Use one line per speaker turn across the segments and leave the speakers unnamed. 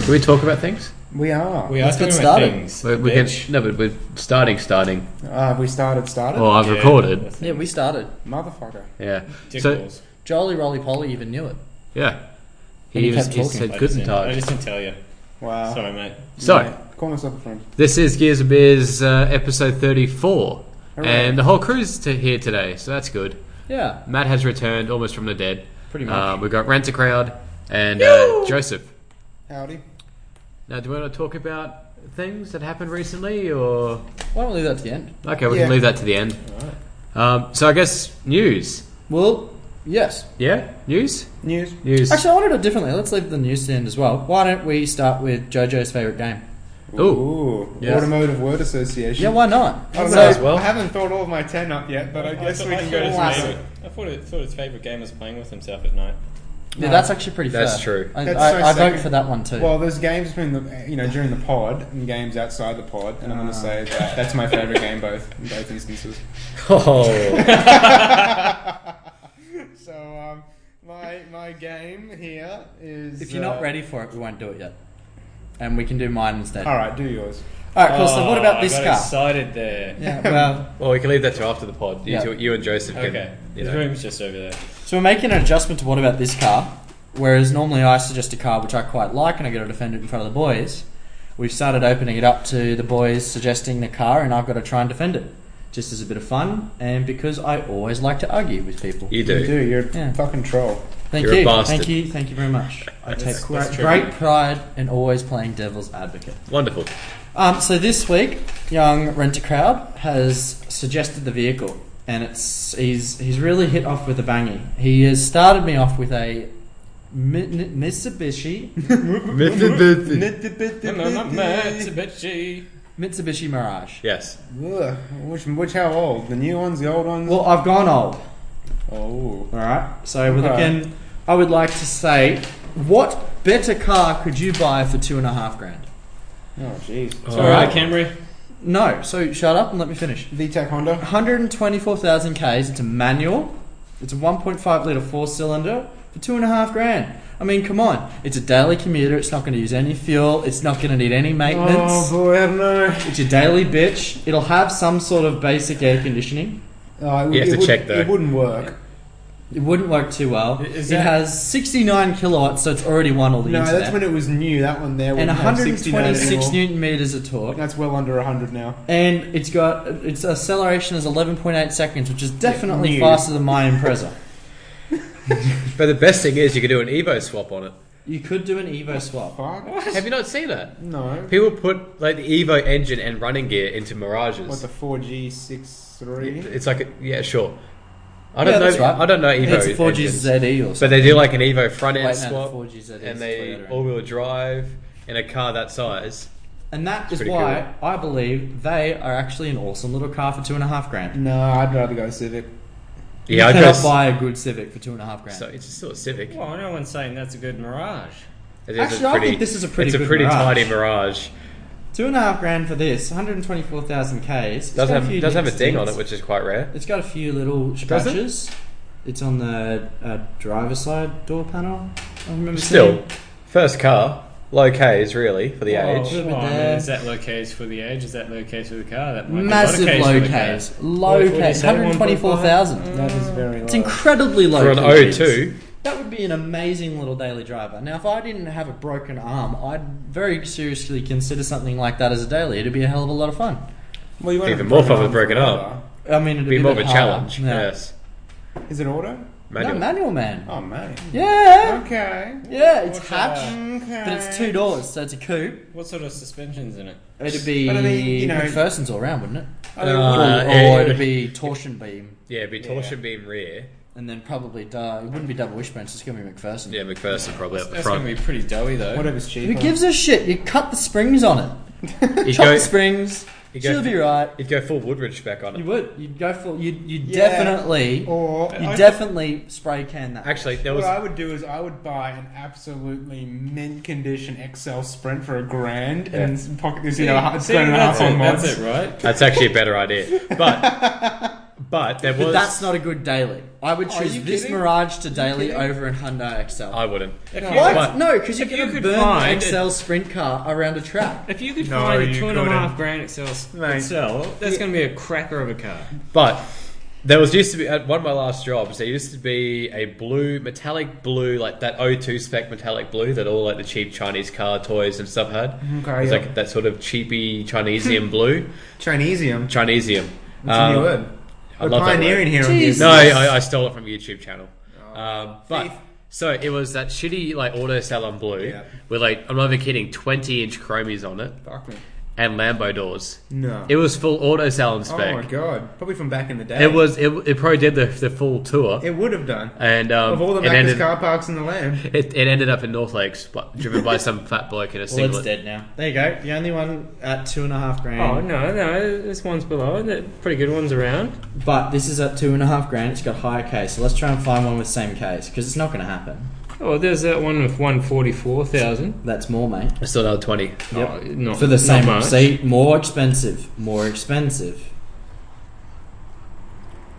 Can we talk about things?
We are.
We are
Let's
talking
get
about
started.
things.
We, we
bitch.
can, no, but we're starting, starting.
Uh, we started, started.
Well, Oh, I've
Yeah,
recorded.
that's it.
Yeah, we started.
Motherfucker.
Yeah. So,
Dickballs.
Jolly Rolly Polly even knew it.
yeah.
And
He,
he
was,
kept
he
talking.
said
I
Guten
just didn't- I
Tag.
just didn't tell you.
Wow.
Sorry, mate.
So,
Yeah. Call myself a friend.
this is Gears of Beers uh, episode 34.
Hooray.
And the whole crew's to here today, so that's good.
Yeah,
Matt has returned almost from the dead.
pretty
Uh,
much.
we've got Rent a Crowd and uh, Joseph.
Howdy.
Now, do we want to talk about things that happened recently or.
Why don't we leave that to the end?
Okay, we
Yeah.
can leave that to the end. Um, so, I guess news.
Well, yes.
Yeah? News?
News.
News.
Actually, I want to do it differently. Let's leave the news to the end as well. Why don't we start with JoJo's favourite game?
Ooh.
Ooh.
Yes.
Automotive word association.
Yeah, why not?
I don't
So-
know.
as well.
I haven't thought all of my ten up yet, but I, guess
thought-
we
I
can
thought
go
his
to some
favourite- I thought, it, thought his favourite game was playing with himself at night.
Yeah, that's actually pretty fair.
That's true.
I,
That's
I,
so
I vote
second-
for that one too.
Well, there's games between the you know during the pod and games outside the pod, and I'm going to say that that's my favorite game both in both instances.
Oh.
So um, my my game here is
if you're not
uh,
ready for it, we won't do it yet. And we can do mine instead.
All right, do yours.
All right, cool. so what
Oh,
about this
I got
car?
excited there.
Yeah, well,
well, we can leave that to after the pod. You,
Yeah.
two, you and Joseph can.
Okay.
You
His
know.
room's just over there.
so we're making an adjustment to what about this car, whereas normally I suggest a car which I quite like and I get to defend it in front of the boys. We've started opening it up to the boys suggesting the car, and I've got to try and defend it, just as a bit of fun, and because I always like to argue with people.
You do.
You do. You're a
Yeah.
fucking troll.
Thank
You're a
you,
bastard.
thank you, thank you very much. I
That's-
take
that's
great,
true.
great pride in always playing devil's advocate.
Wonderful.
Um, so this week, young renter crowd has suggested the vehicle, and it's he's he's really hit off with a bangy. He has started me off with a Mi- N- Mitsubishi
My- my- my- my- It's a bit G.
Mitsubishi Mirage.
yes.
Ugh, which which how old? The new ones, the old ones.
Well, I've gone old.
oh,
All right, so we're
Okay.
looking. I would like to say, what better car could you buy for two and a half grand?
oh, jeez.
It's
Oh.
alright, Camry.
No, so shut up and let me finish.
VTEC Honda.
124,000 Ks. It's a manual. It's a 1.5 litre four cylinder for two and a half grand. I mean, come on. It's a daily commuter. It's not going to use any fuel. It's not going to need any
Oh
maintenance.
boy, I don't know.
It's your daily bitch. It'll have some sort of basic air conditioning.
Oh, it would-
You have
it
to
would-
check, though.
It wouldn't work.
It wouldn't work too well.
Is
it
that-
has 69 kilowatts, so it's already won all the
No,
internet.
that's when it was new. That one there.
and
wouldn't have 69
126
anymore.
newton meters of torque.
That's well under 100 now.
And it's got its acceleration is 11.8 seconds, which is definitely
new.
faster than my Impreza.
But the best thing is you can do an Evo swap on it.
You could do an Evo swap.
Fuck.
Have you not seen that?
No.
People put like the Evo engine and running gear into Mirages.
What the 4G63?
It's like a, yeah, sure. I don't
Yeah, that's
know.
right.
I don't know Evo.
it's a 4G
engines.
ZE E or
But
something.
they do like an Evo front end
Wait, no, the
swap,
4G ZE
and
is
they
E, Toyota.
all-wheel drive in a car that size.
and that is
pretty
why I believe they are actually an awesome little car for two and a half grand.
No, I'd rather go Civic.
Yeah,
you
I
cannot
guess.
buy a good Civic for two and a half grand.
So it's still a Civic.
Well, no one's saying that's a good Mirage.
It is a
Actually, I
pretty-
think this is a pretty
It's a
good
pretty
Mirage.
tidy Mirage.
two and a half grand for this, 124,000 Ks. It's
Does
got a
have
few
does have a
nicks
ding on
dings.
it, which is quite rare.
It's got a few little
Does it?
scratches. It's on the uh, driver's side door panel. I remember
Still,
seeing.
first car, low K's really for the
Oh,
age.
Little bit
well, I mean,
there.
is that low K's for the age? Is that low K's for the car? That might
massive
be a lot
low
of K's. for the
Ks,
car.
low Ks,
147,
124,000.
That is very low.
It's incredibly low.
For an
Ks.
02,
That would be an amazing little daily driver. Now, if I didn't have a broken arm, I'd very seriously consider something like that as a daily. It'd be a hell of a lot of fun.
Well, you won't
Even
have
more fun with
arms
broken
forever.
arm.
I mean, it'd
it'd
be,
be more of a
bit harder.
challenge.
Yeah.
Yes,
Is it auto?
manual.
No, manual man.
Oh, man.
Yeah,
Okay.
yeah, it's
What's
hatch,
Okay.
but it's two doors, so it's a coupe.
What sort of suspension's in it?
It'd be
But I mean, you know-
McPherson's all round, wouldn't it?
I mean,
Or-
Uh,
well,
or,
yeah.
it'd be torsion beam,
Yeah, it'd be torsion beam rear.
and then probably uh, it wouldn't be double wishbone. It's just gonna be McPherson.
Yeah, McPherson probably up the
That's going
front.
to be pretty doughy, though.
whatever's Uh, cheaper.
Who gives a shit? You cut the springs on it.
He'd
Chocolate
go,
Springs.
he'd
She'll
go,
be right.
he'd go full Woodridge back on
You
it.
would. You'd go for. You'd. You'd
Yeah.
definitely.
Or
You definitely spray can that.
Actually, there
what
was
I would do is I would buy an absolutely mint condition XL Sprint for a grand and pocket this, you know, a
See,
grand and a half
that's,
on
it,
mods.
that's it, right?
that's actually a better idea. But but there
But
was
that's not a good daily. I would
Are
choose
you
this
kidding?
Mirage to daily
kidding?
over an Hyundai Excel.
I wouldn't.
If
No.
you-
what?
but-
no, because you're
If you
going to
could
burn
find
the XL sprint car around a track.
If you could
No,
find a
you
two and a
couldn't.
half grand Excel,
Mate.
Excel that's going to be a cracker of a car.
But there was used to be at one of my last jobs. There used to be a blue, metallic blue, like that O2 spec metallic blue that all like the cheap Chinese car toys and stuff had.
Okay,
It's
Mm-hmm. yeah.
like that sort of cheapy Chinesium blue,
Chinesium.
Chinesium.
That's a new word.
I
We're
love that
pioneering
word.
here on
Jeez.
this.
No, I, I stole it from a YouTube channel.
Oh.
Um, but
Thief.
so it was that shitty like auto salon blue
Yeah.
with like I'm not even kidding, 20 inch chromies on it
Fuck me.
and Lambo doors.
No.
It was full auto salon
oh
spec.
my god. Probably from back in the day.
It was it, it probably did the, the full tour.
It would have done.
and um,
of all the
it
Macca's
ended,
car parks in the land.
It, it ended up in North Lakes, but driven by some fat bloke in a
Well, it's
singlet.
dead now. There you go. The only one at two and a half grand.
Oh no, no, this one's below. The pretty good ones around.
But this is at two and a half grand. It's got higher case. So let's try and find one with same case because it's not going to happen.
Oh, there's that one with one forty four thousand. Oh,
That's more, mate.
I still another twenty.
Yep.
not
For the same.
Not much.
See, more expensive. More expensive.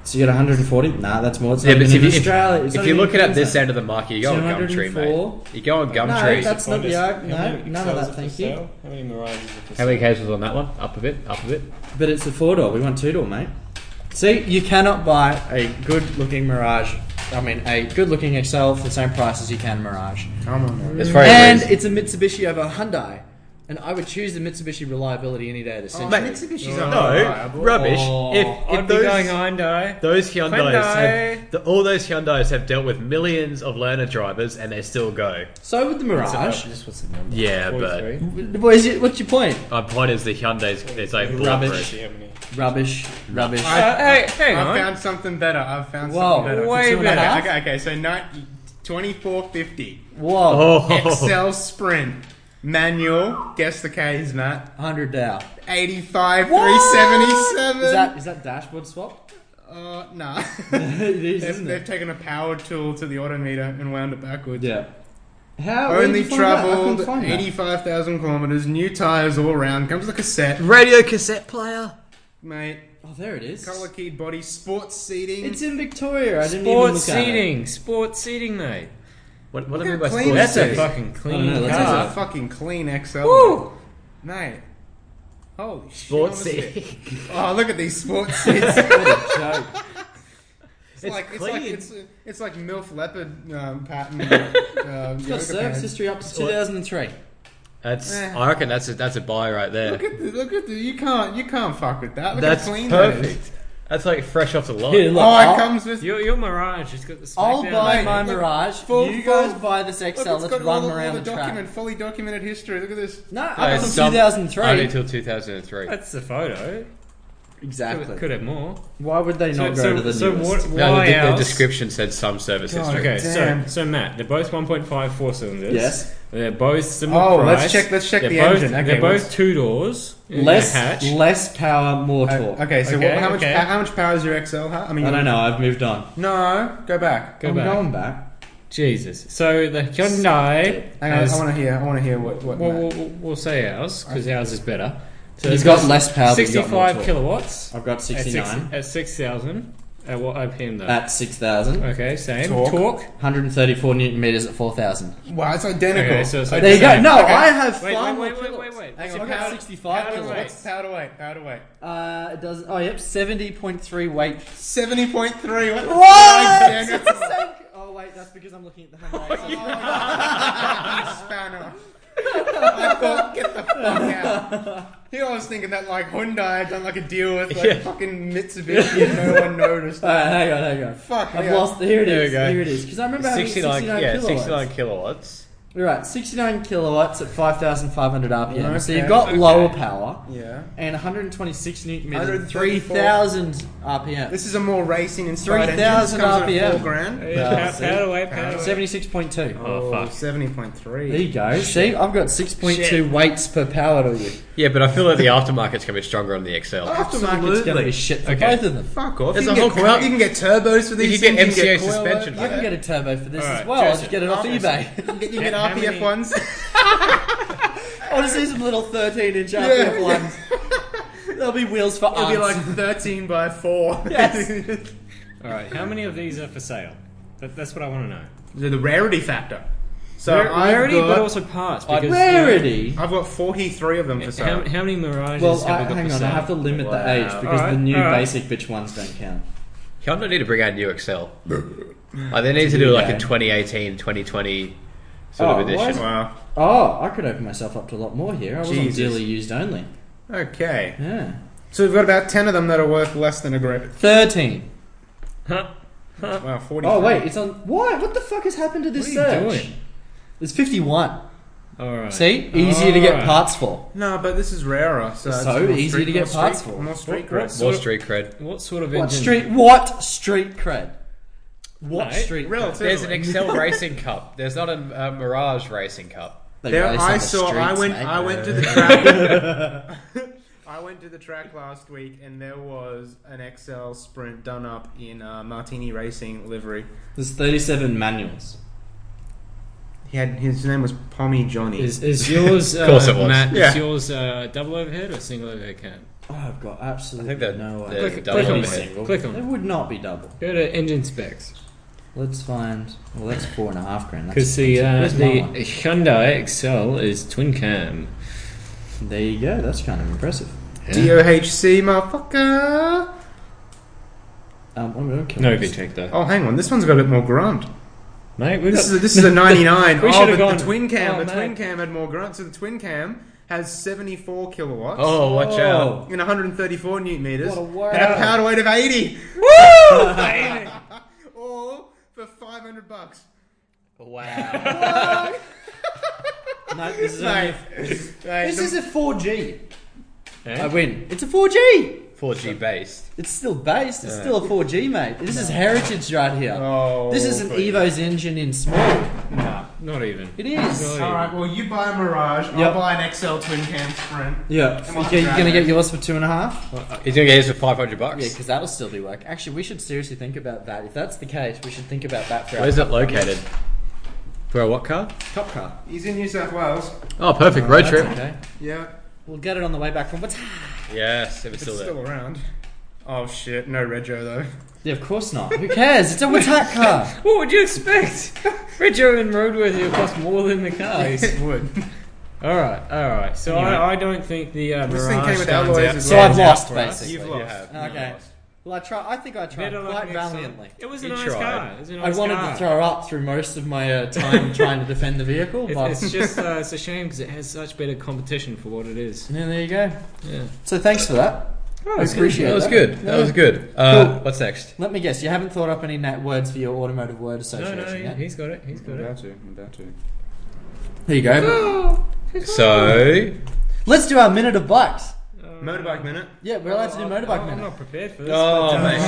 So you got 140? Nah, that's more. It's
Yeah,
not even
but if
in
you- if-
Australia. It's
if
not
you're
even
looking at this
Queensland.
end of the market, you go on Gumtree, mate.
204?
You go on
No,
Gumtree.
that's not the ar-
How
No,
many
none of
Excels
that.
are for
Thank you.
sale? How many Mirages are for
How many
sale?
cases was on that one? Up a bit, up a bit.
But it's a four door. We want two door, mate. See, you cannot buy a good looking Mirage. I mean, a good looking Excel for the same price as you can Mirage.
I'm on that.
It's probably
and
reason-
it's a Mitsubishi over a Hyundai. And I would choose the Mitsubishi reliability any day of the century.
Mate,
Mitsubishi's
no, rubbish.
Oh,
if if
I'd be going
those,
Hyundai.
those Hyundais,
Hyundai.
have, the, all those Hyundais have dealt with millions of learner drivers, and they still go.
so would the Mirage.
This was the number.
Yeah, but
43.
What is it, what's your point?
my point is the Hyundais, it's like
Rubbish.
bulletproof.
Rubbish, rubbish.
I-
Uh, hey, hang
I
on.
found something better. I've found
Whoa.
something better.
Way
Two and a
better.
half? Okay, okay, so 90, 2450.
Whoa,
Oh,
Excel Sprint. Manual. Guess the K's, Matt.
100 down.
85,
Is
377.
that, is that dashboard swap?
Uh, nah.
it is,
they've,
isn't
they've
it?
taken a power tool to the autometer and wound it backwards.
Yeah. How? where did
Only
you find that? I couldn't
travelled
find that.
85,000 kilometres, new tyres all around, comes with a cassette,
radio cassette player.
mate,
Oh, there it is.
colour keyed body, sports seating.
It's in Victoria. I didn't even look
Sports
At it.
seating, sports seating, mate.
What, what
Look
do I mean
at
by
clean
sports
That's a
series?
fucking clean
I don't know, let's
That's
have
car.
a fucking clean XL.
Woo!
Mate. Holy shit.
Sports
honestly.
series.
Oh, look at these sports seats. it's,
Joke.
It's
like, it's like
clean.
it's, it's like MILF leopard um, pattern. um,
It's
yoga
got service
pants.
history up to 2003.
That's
Eh.
I reckon that's a, that's a buy right there.
Look at the, look at the, you can't you can't fuck with that. Look
that's
how clean
perfect.
that is.
That's like fresh off the line.
Here, look,
Oh, it
I'll-
comes with
Your, your Mirage has got the
I'll
smackdown
buy
on it.
my
Look,
Mirage.
full-
you
full-
guys buy this XL.
Look,
Let's
it's got
run
all, the- all
around
the
the,
document,
track.
fully documented history. Look at this.
No, up
Uh,
until
some- Only
2003.
till 2003.
That's the photo.
Exactly.
Could, could have more.
Why would they
So,
not go
so,
to the
so
newest?
what,
no,
why
the, the
else?
description said some service
God,
history.
Okay, so,
Oh, Damn.
so Matt, they're both 1.5 four cylinders.
Yes.
They're both similar
Oh,
price.
let's check- let's check
they're
the
both,
engine. Okay,
they're both
what's-
two doors. in
Less
a hatch.
less power, more torque.
Uh, Okay, so
Okay,
what, how much
okay.
how much power is your XL? Huh? I mean,
I don't know. I've moved on.
No, go back.
Go
I'm
back.
going back.
Jesus. So the Hyundai
Hang on,
has-
I want to hear. I want to hear what what.
We'll,
Matt-
we'll, we'll- we'll say ours because ours is better. So
You've
it's
got less power, but you've got more
65
torque.
kilowatts.
I've got 69
At 6,000. At what RPM though?
at 6,000.
okay, same.
Torque.
Torque.
134 newton meters at 4,000.
wow, it's identical.
Okay, so- so-
There you go.
Same.
No,
Okay.
I have
Wait,
far
wait,
more
wait, wait,
kilowatts.
wait, wait.
Hang
So
on, I've
power-
got 65
power
kilowatts.
weight.
what's power to weight? Power to weight.
Uh, it does. Oh, yep, 70.3 weight.
Seventy point three. What? the fuck, Dan?
What?
That's-
oh, wait, that's because I'm looking at the Hyundai.
Oh, spanner. I thought, get the fuck out. Here I was thinking that like Hyundai had done like a deal with like
Yeah.
fucking Mitsubishi and no one noticed.
Alright, hang on, hang on.
Fuck,
I've
yeah.
lost. Here it
There we
is.
go.
Here it is. Because I remember having 69,
69, yeah,
kilowatts.
69 kilowatts.
All right, 69 kilowatts at 5,500 RPM. So
Okay,
you've got
okay.
lower power
Yeah.
and 126 newton meters, at
134.
3,000 RPM.
This is a more racing and straight engine.
3,000
This comes in at
RPM.
Four grand.
Yeah,
see?
power away, power away.
76.2.
Oh, fuck.
Seventy point three.
There you go. See, I've got 6.2
Shit.
weights per power to you.
Yeah, but I feel like the aftermarket's gonna be stronger on the XL.
Aftermarket's going to be shit for
Okay.
both of them.
Fuck off.
There's
you,
a
can
whole
get,
coil-
you can get turbos
You
for these.
can get
things,
MCA
coil-
suspension
I
for
can
that.
get a turbo for this as
Alright,
well. I'll just
Joseph,
get it off
obviously.
eBay.
You get
How
RPF
many-
ones.
I'll just see some little 13 inch
Yeah.
RPF ones. There'll be wheels for
It'll be like
arms.
thirteen by four.
Yes.
All right, how many of these are for sale? That, that's what I want to know.
the, the rarity factor. So
Rare- Rarity,
I've got,
but also parts. Because, you know,
Rarity.
I've got forty-three of them for sale.
How, how many Mirages
Well, I,
have we got
hang
for
on,
sale?
I have to limit
Wow.
the age because
Alright,
the new
alright.
basic bitch ones don't count.
I'm gonna need to bring out a new XL. like they need to do like a
that.
2018, 2020 sort
Oh,
of edition.
what?
wow.
Oh, I could open myself up to a lot more here. I was on
Jesus.
dearly used only.
Okay.
Yeah.
So we've got about ten of them that are worth less than a grip.
13.
Huh?
Wow, forty.
Oh, wait, it's on. What? What the fuck has happened to this
What are you
search?
doing?
There's 51.
All right.
See? Easier to get
Alright.
parts for.
No, but this is rarer, so, it's
So
more
easy
street-
to get
more
parts
street-
for.
More street
What- what
grass.
More
So-
street cred.
What sort of engine?
What street? What street cred? What
No,
street? Cred?
Relatively.
There's an Excel Racing Cup. There's not a, a Mirage Racing Cup.
They
There,
race on
I
the
saw. I
streets,
went.
mate.
I went to the track. I went to the track last week, and there was an XL Sprint done up in uh, Martini Racing livery.
There's 37 manuals.
He had his name was Pommy Johnny.
Is, is yours, uh,
course it was.
Matt,
Yeah.
is yours uh, double overhead or single overhead cam?
Oh, I've got absolutely
I think they're-
no
they're
idea.
Click-
double click on
It'd be
it.
single.
Click on it.
It would not be double.
Go to engine specs.
Let's find. Well, that's four and a half grand. That's
Because the, uh,
Where's
the
my one?
Hyundai XL is twin cam.
There you go. That's kind of impressive.
DOHC motherfucker?
Um, I'm gonna kill
No
this.
V-Tech though.
Oh, hang on. This one's got a bit more grunt.
Mate, we've
This
got,
is a, this is a 99.
We
oh,
should've
but
gone-
the twin cam.
oh,
the twin
mate.
cam had more grunt. So the twin cam has 74 kilowatts.
Oh, watch
Whoa.
out!
And 134 newton meters.
What a word.
And a power weight of 80.
Baby.
All for 500 bucks.
Wow.
No, this is
Mate.
only,
mate,
this
the-
is a 4G. I
Eh?
win. It's a 4G.
4G based.
It's still based. It's still a 4G, mate. This is heritage right here.
Oh,
this is an
please.
Evo's engine in small.
Nah.
Not even.
It is.
Not even.
All right. Well, you buy a Mirage. I'll
Yep.
buy an XL twin cam Sprint.
Yeah,
Come on,
okay, you're
grab
gonna
it.
get yours for two and a half.
Uh, He's gonna get his for 500 bucks.
Yeah, because that'll still be work. Actually, we should seriously think about that. If that's the case, we should think about that for our
Where's it located? For a what car?
cup car.
He's in New South Wales.
Oh, perfect road
That's
trip.
Okay.
Yeah.
We'll get it on the way back from what's.
Yes, if it's still
it's
there.
still around. Oh shit! No Rego though.
Yeah, of course not. Who cares? It's a Watak car.
What would you expect? Richo and Roadworthy will cost more than the cars.
It would.
all right, all right. So
Anyway.
I, I don't think the uh,
This thing
Mirage
came with
stands
alloys
out.
as
So
well.
I've lost,
Yeah, for us.
basically.
You've
You
lost.
have.
Okay. Well, I try. I think I tried
Better luck
quite
next time.
valiantly.
It was a
You
nice
tried.
car. It was a
I
nice
wanted
car.
to throw up through most of my uh, time trying to defend the vehicle,
It-
but
It's just uh, it's a shame because it has such better competition for what it is. Oh,
yeah, there you go.
Yeah.
So thanks for that. I appreciate
That was
that.
good. That was good. Uh,
Cool.
What's next?
Let me guess. You haven't thought up any net words for your automotive word
No,
association
no,
yet.
he's got it. He's got it.
to. I'm about to.
There you go.
So,
Let's do our minute of bikes.
Motorbike minute.
Yeah, we're allowed to
Oh,
do motorbike
Uh, I'm
minute.
not prepared for this.
oh
but, uh,
man,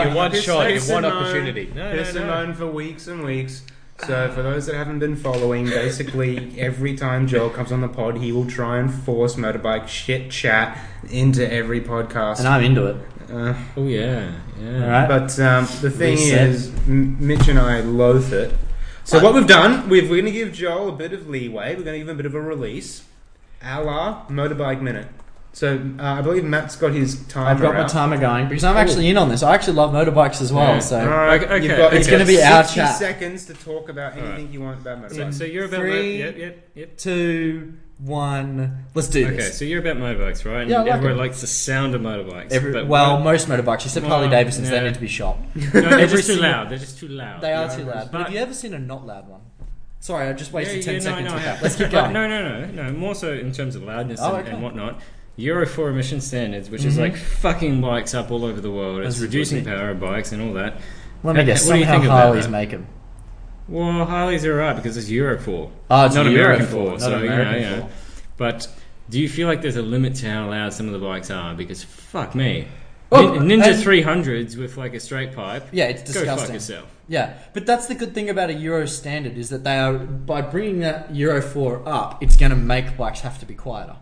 sure.
you one
It's
shot, you
six
one
and nine.
opportunity.
No, no, no.
Person known for weeks and weeks. So for those that haven't been following, basically every time Joel comes on the pod, he will try and force motorbike shit chat into every podcast.
And I'm into it.
Uh,
Oh yeah, yeah.
All right.
But um, the thing
Reset.
is, M- Mitch and I loathe it. So what we've done, we've, we're going to give Joel a bit of leeway. We're going to give him a bit of a release, a la motorbike minute. So uh, I believe Matt's got his timer.
I've got my
out.
timer going because I'm actually in on this. I actually love motorbikes as well.
Yeah.
All
So
right,
Okay,
you've
okay,
got
It's
gonna be our
60
chat.
seconds to talk about anything you want about
So,
motorbikes.
so you're about
Three.
Mo- yep, yep, yep.
two, one. Let's do
Okay,
this.
so you're about motorbikes, right? And
Yeah, I like
everyone
it.
likes the sound of motorbikes.
Every,
but
well, most motorbikes, except
Well,
Harley Davidsons,
yeah.
they need to be shot.
no, they're
every
just too
single-
loud. They're just too loud.
They are
Yeah.
too loud. But,
But-
have you ever seen a not loud one? Sorry, I just wasted
Yeah, yeah,
ten
no,
seconds
no,
with
yeah.
that. Let's keep
But
going.
No, no, no, no. More so in terms of loudness
Oh,
and,
okay. Mm-hmm.
and whatnot. Euro 4 emission standards, which is like fucking bikes up all over the world. It's
That's
reducing
ridiculous.
power of bikes and all that.
Let me
Uh,
guess.
what do you
Somehow
think about
Harleys
that?
make them.
Well, Harleys are alright because it's Euro 4.
Oh, it's
not
a Euro
American
4,
4.
not
so, you know,
American
yeah.
4.
But do you feel like there's a limit to how loud some of the bikes are? Because fuck me.
Oh,
Nin- Ninja
and-
300s with like a straight pipe.
Yeah, it's
Go fuck
disgusting.
yourself.
Yeah, but that's the good thing about a Euro standard is that they are by bringing that Euro four up, it's going to make bikes have to be quieter.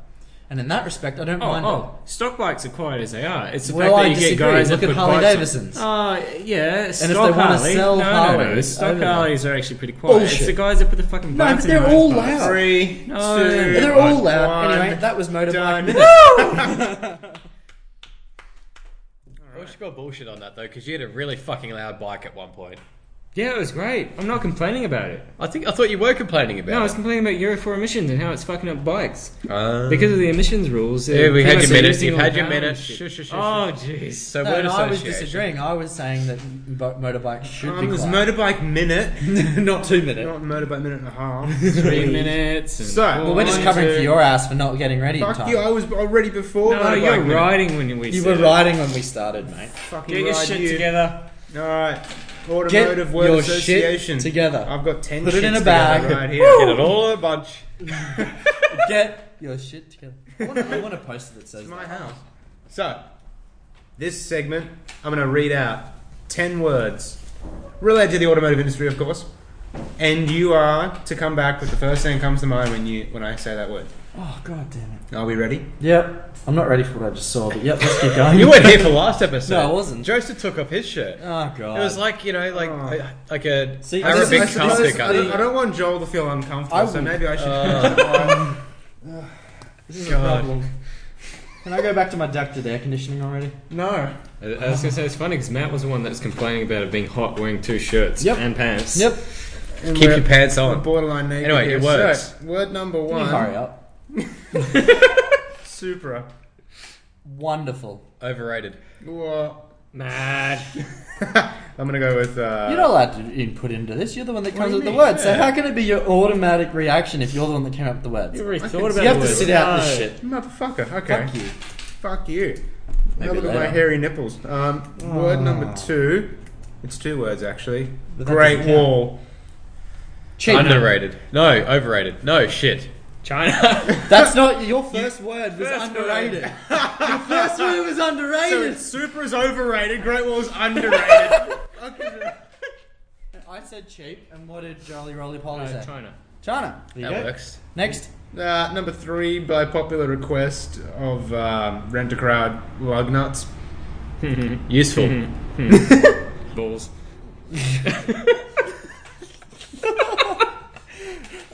And in that respect, I don't
Oh,
mind.
oh, stock bikes are quiet as they are. It's the
Well,
fact that
I
you
disagree.
get guys
Look
that
at
put
Harley
bikes-
Davidsons.
Oh, yeah. And
they
stock
wanna
Harley.
sell
no, no, no.
Harleys
Stock
over them.
Harleys are actually pretty quiet. It's
Bullshit.
the guys that put the fucking
No, but
bikes in
they're
the
all
motorbikes.
loud.
Three,
No.
two,
They're all
one,
loud. Anyway, that was
done.
motorbike.
I should go bullshit on that though, because you had a really fucking loud bike at one point.
Yeah, it was great. I'm not complaining about it.
I think I thought you were complaining about.
No, I was
it.
complaining about Euro 4 emissions and how it's fucking up bikes.
Uh,
Because of the emissions rules.
Yeah, we had your minute.
minutes.
You've had your minute. Shush, shush, shush.
Oh, jeez.
so
No,
word
no, I was
association.
disagreeing. I was saying that bo- motorbikes should
Um,
be
it was
quiet.
motorbike minute,
not two minutes.
not motorbike minute and a half.
Three minutes. and
So-
four
Well,
Well, we're just
minutes.
covering
One,
for
two-
your ass for not getting ready in
Fuck
time.
you! I was already before.
No,
motorbike
you're
minute.
riding when we
You were
said it.
riding when we started, mate.
Fucking
Get your
ride
shit
you.
together.
All right,
Get
automotive word
your
association
shit together.
I've got ten.
Put it in
shits
a bag.
together right here.
Get it all in a bunch.
Get your shit together. I want, a, I want a poster that says
It's my
that.
house. So, this segment, I'm going to read out 10 words related to the automotive industry, of course. And you are to come back with the first thing that comes to mind when you when I say that word.
Oh god damn it.
Are we ready?
Yep. I'm not ready for what I just saw, but yep, let's keep going.
You weren't here for last episode.
No, I wasn't.
Joseph took off his shirt.
Oh god.
It was like you know, like
Oh.
like a
See, I
Arabic
just- I just-
carpet
suppose- I,
gun.
don't, I don't want Joel to feel uncomfortable,
I
so
would.
maybe I should.
Uh,
this is
God.
a problem. Can I go back to my ducted air conditioning already?
no.
I I was going to say, it's funny because Matt was the one that was complaining about it being hot wearing two shirts
Yep.
and pants.
And
Keep
we're-
your pants
we're
on.
Borderline naked.
Anyway,
here.
it works.
So, word number
Can you hurry
one
up?
Supra.
Wonderful.
Overrated.
Well,
Mad.
I'm going to go with. Uh,
You're not allowed to input into this. You're the one that
What
comes
do you
up with the
mean?
words. So
Yeah.
how can it be your automatic reaction if you're the one that came up with the words?
You
You
already
I
thought
can
about
see-
the
have to
word.
sit out this
No.
shit.
Motherfucker, okay.
Fuck you.
Fuck you.
Maybe
Now look at my
later.
hairy nipples. Um, Word number two. It's two words actually.
Ah. But that
Great
doesn't count.
Wall.
Cheap.
Underrated. No, overrated. No shit.
China.
That's not your first word was
First word.
underrated. your first word was underrated.
super is overrated. Great Wall's underrated.
I said cheap, and what did Jolly Roly Poly say?
Uh, China.
China. There you
That
go.
works.
Next.
uh, number three, by popular request of um, Rent a Crowd lug nuts.
Hmm.
Useful.
Balls.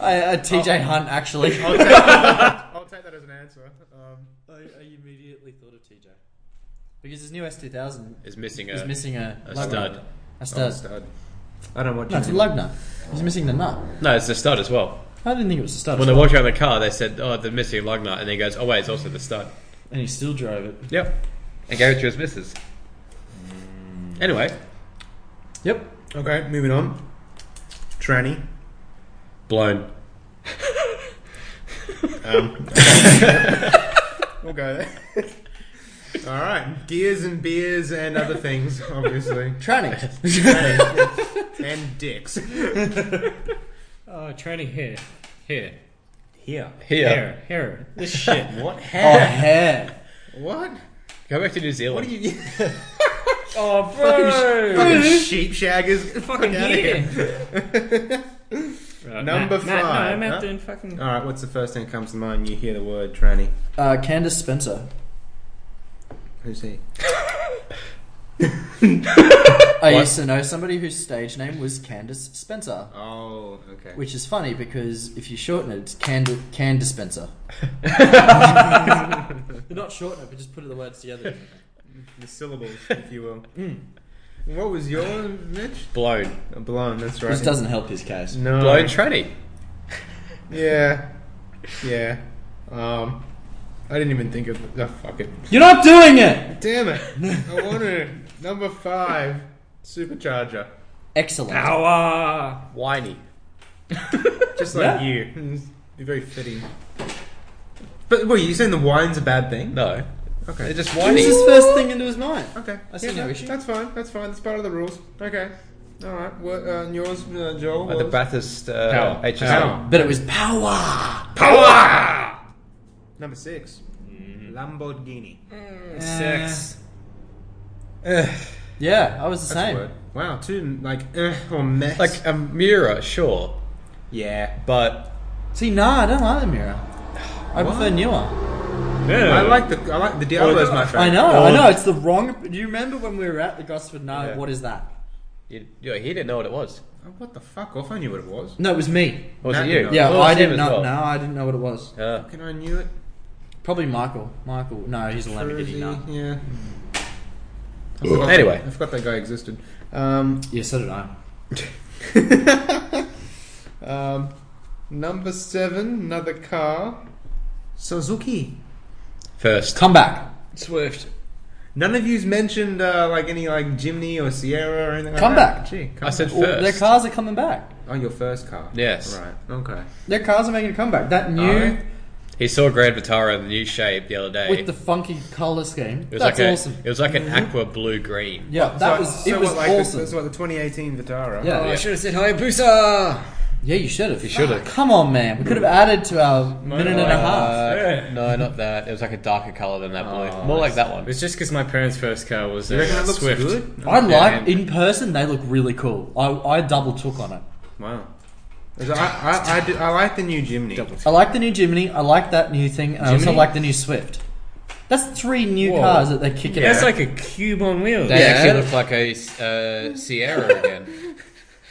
Uh, uh, TJ Hunt actually.
I'll take, that, I'll take that as an answer. Um,
I, I immediately thought of TJ because his new S2000
Is missing
is
a,
missing a,
a
lug nut.
stud.
A
oh,
stud.
stud. I don't watch.
No, it's a lug nut. He's missing the nut.
No, it's the stud as well.
I didn't think it was a stud.
When
as
they
well.
walked around the car, they said, "Oh, the missing lug nut," and he goes, "Oh wait, it's also the stud."
And he still drove it.
Yep. And gave it to his missus. Hmm. Anyway,
Yep.
Okay, moving on. Tranny.
blown.
Um, we'll go there. All right, gears and beers and other things, obviously,
Tranny.
and dicks.
Oh, training here. Here.
Here.
Here,
Here. Here. This shit.
What?
oh, hair.
What?
go back to New Zealand.
What are you?
oh,
fucking sheep shaggers.
Fucking
outta
Right,
Number
Matt, Matt,
five,
no, Matt
huh?
doing fucking.
All right, what's the first thing that comes to mind? You hear the word tranny.
Uh, Candace Spencer.
Who's he?
Oh, I
What?
used to know somebody whose stage name was Candace Spencer,
Oh, okay.
which is funny because if you shorten it, it's Cand Can Dispenser. not shorten it, but just put the words together.
The syllables, if you will. What was your Mitch?
Blown.
A blown. That's right.
This doesn't help his case.
No.
Blown tranny.
Yeah. Yeah. Um, I didn't even think of. Oh, fuck it.
You're not doing it.
Damn it! I want to. Number five, supercharger.
Excellent.
Power.
Whiny.
Just like
uh, Yeah.
you, Mm, be very fitting. But wait, you saying the wine's a bad thing?
No. They're
Okay.
just
What was
whiny.
his first thing into his mind?
Okay.
I see
Yeah,
no issue.
That's fine. That's fine. That's part of the rules. Okay. All right. What uh, and yours, uh, Joel?
Like the Bathurst uh,
Power.
HSL.
Power.
But it was power.
Power. Number six. Lamborghini.
Sex.
Uh, Yeah, I was the
That's a
same.
word. Wow. Two like eh, or meh.
Like a mirror, sure,
yeah.
but
See, nah, I don't like the mirror. I
Why?
prefer newer.
I like the I like the Diablo's my favorite.
I know, I
Or-
know. It's the wrong. Do you remember when we were at the Gosford? No,
Yeah.
what is that?
you, you know, he didn't know what it was.
Oh, what the fuck off? I knew what it was.
No, it was me.
Or was
No,
it
you
you?
know.
Yeah,
Well,
I
it's him
didn't
as
know.
well.
No, I didn't know what it was.
Yeah.
Fucking I knew it.
Probably Michael. Michael. No, he's a Lamborghini.
Crazy,
No.
Yeah.
Anyway.
I forgot that guy existed. Um,
Yeah, so did I.
um, number seven, another car. Suzuki.
First.
Come back.
Swift.
None of you's mentioned uh, like any like Jimny or Sierra or anything like
Come
that.
back.
Gee, come
I said
All- their
first.
cars are coming back.
Oh, your first car.
Yes.
Right. Okay.
Their cars are making a comeback. That new
Oh,
Alright.
He saw Grand Vitara in the new shape the other day.
with the funky color scheme.
it was
That's
like
awesome.
A, it was like an aqua blue green.
yeah, that
So-
was
so
it. Was
what, like,
awesome.
The, so what the 2018 Vitara.
Yeah.
Oh, I should have said Hayabusa.
yeah, you should have. You
should have.
Come on, man. We could have added to our minute and a half.
Uh, no, not that. It was like a darker color than that blue. More like that one.
It's just because my parents' first car was uh,
You reckon that looks
Swift.
good?
I like
man.
in person. They look really cool. I, I double took on it.
Wow. 'Cause I, I, I, do- I like the new Jimny.
I like the new Jimny. I like that new thing, and I also
Jimny?
like the new Swift. That's three new
Whoa.
cars that they're kicking
That's
out.
like a cube on wheels.
They
Yeah.
actually look like a uh, Sierra again.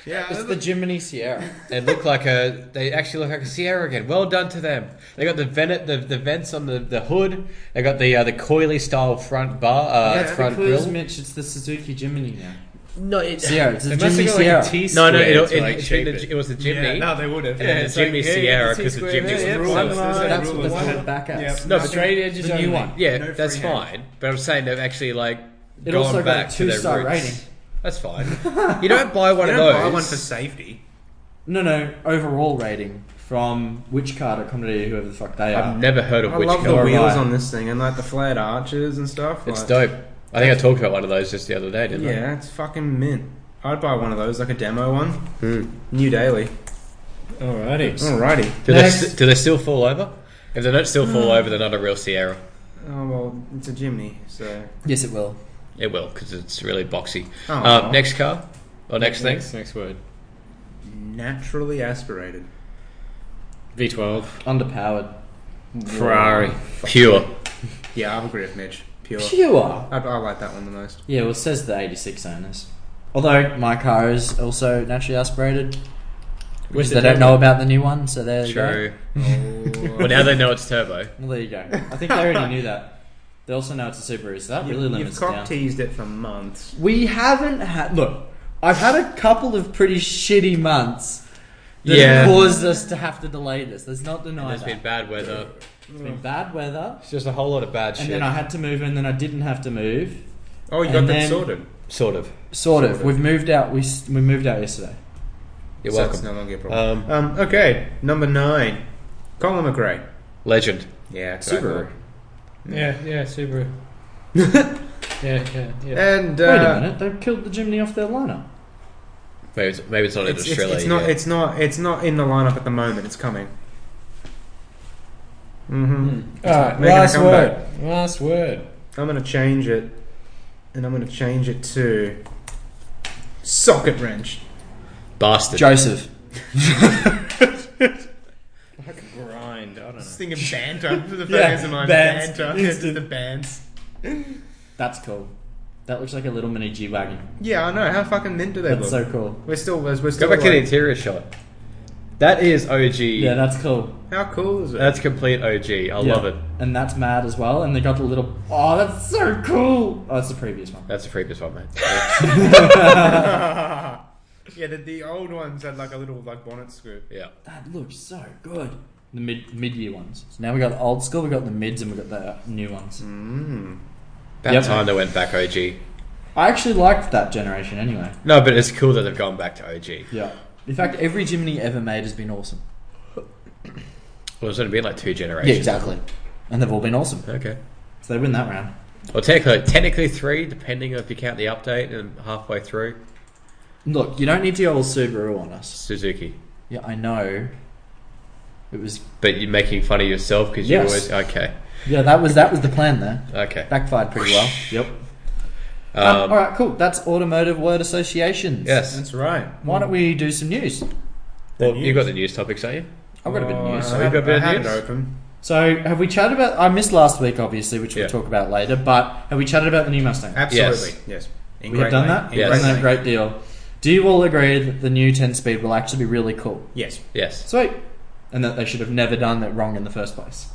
Yeah.
It's the Jimny Sierra.
They look like a. They actually look like a Sierra again. Well done to them. They got the venet, the, the vents on the, the hood. They got the uh, the coily style front bar, uh,
That's
front
Because
grill.
Mitch, it's the Suzuki Jimny now.
No, it's
Sierra. It's
They
the
must
Jimny
have got
Sierra.
like a T
no,
square
no. It, it,
to like
it's been
shape
the- it
it.
was the Jimny.
Yeah, no, they would have.
And then
Yeah.
the Jimny Sierra because the Jimny was
yeah,
the
one
ruler.
line,
That's
rule
what the
one.
front back
Yeah.
outs.
No, but
Straight edges
the new
only.
one.
Yeah,
No
that's
freehand.
fine. But I'm saying they've actually like
It
gone
also got a
back to their
two-star
roots.
rating.
That's fine. You don't buy one
You
of
don't
those.
buy one for safety.
No, no. Overall rating from which car to accommodate whoever the fuck they are.
I've never heard of
I
which
love
car.
the
car?
wheels
Right.
on this thing and like the flat arches and stuff.
It's
like-
dope. I think I talked about one of those just the other day, didn't
Yeah, it's fucking mint. I'd buy one of those, like a demo one.
I? Mm.
New daily.
Alrighty.
Alrighty.
Do, they,
Next.
s- do they still fall over? If they don't still
Hmm.
fall over, they're not a real Sierra.
Oh well, it's a Jimny, so
yes, it will.
It will, because it's really boxy.
Oh.
Um, next car? Or next thing?
Next, next word.
naturally aspirated.
V12.
Underpowered.
Ferrari.
Pure.
Yeah, I'll agree with Mitch. Pure.
Pure.
I, I like that one the most.
Yeah, well, it says the 86 owners. Although my car is also naturally aspirated. Because they don't know about the new one, so there you go.
True. Well, now they know it's turbo.
Well, there you go. I think they already knew that. They also know it's a Subaru, so that really
You've
limits it
cock
down.
teased it for months.
We haven't had. Look, I've had a couple of pretty shitty months that
Yeah.
have caused us to have to delay this. There's not
And
denying
there's
that.
been bad weather.
it's been bad weather,
It's just a whole lot of bad
and
shit.
then I had to move, and then I didn't have to move.
Oh, you
And then-
got that sorted.
Sort of.
Sort of.
Sort of.
We've moved out. We s- we moved out yesterday.
You're
so It's
welcome.
no longer a problem.
Um,
um, okay, number nine, Colin McRae.
legend.
Yeah, that's what I
Subaru.
Yeah, yeah, Subaru. yeah, yeah,
thought.
yeah.
And uh,
Wait a minute. They killed the Jimny off their lineup.
Maybe it's, maybe it's not in
It's, it's,
Australia.
it's not.
yet.
It's not. It's not in the lineup at the moment. It's coming. Mm-hmm.
Hmm.
Alright,
Making a
last
comeback.
word. Last word.
I'm gonna change it, and I'm gonna change it to socket wrench.
Bastard.
Joseph.
Like a grind. I don't know.
This
thing of banter. the
Yeah, first time I've banter. banter. It's
the bands.
That's cool. That looks like a little mini G wagon.
Yeah, I know. How fucking mint do they
That's
look?
so cool.
we're still. We're, we're
Go
still.
back to the
like,
interior shot. That is OG.
Yeah, that's cool.
how cool is it?
That's complete OG. I
Yeah.
love it.
And that's mad as well. And they got the little. Oh, that's so cool. Oh, that's the previous one.
That's a previous one, man.
yeah, the, the old ones had like a little like bonnet scoop.
yeah.
That looks so good. The mid mid year ones. So now we got the old school, we got the mids, and we got the new ones.
Mm.
Mm. That
Yep.
time they went back OG.
I actually liked that generation anyway.
No, but it's cool that they've gone back to OG.
Yeah. In fact, every Jimny ever made has been awesome.
Well, it's only been like two generations.
Yeah, exactly. And they've all been awesome.
Okay.
So they win that round.
Well, technically, technically three, depending if you count the update and halfway through.
Look, you don't need to go all Subaru on us.
Suzuki.
Yeah, I know. It was
But you're making fun of yourself because you
Yes.
always okay,
yeah. That was that was the plan there.
okay.
Backfired pretty well.
Yep.
Um,
Um,
all right, cool. That's automotive word associations.
Yes.
That's right.
Why don't we do some news?
Well,
The
you got
news.
the news topics, don't you?
I've got a bit of
Oh,
news.
I
You've got a bit of
I had
news?
it open.
So, have we chatted about? I missed last week, obviously, which
Yeah. Uh,
we'll talk about later. But have we chatted about the new Mustang?
Absolutely. Yes. In
we have
great
done
way.
that.
In
Yes.
great
Done that a
way.
great deal. Do you all agree that the new 10-speed will actually be really cool?
Yes.
Yes.
Sweet. And that they should have never done that wrong in the first place.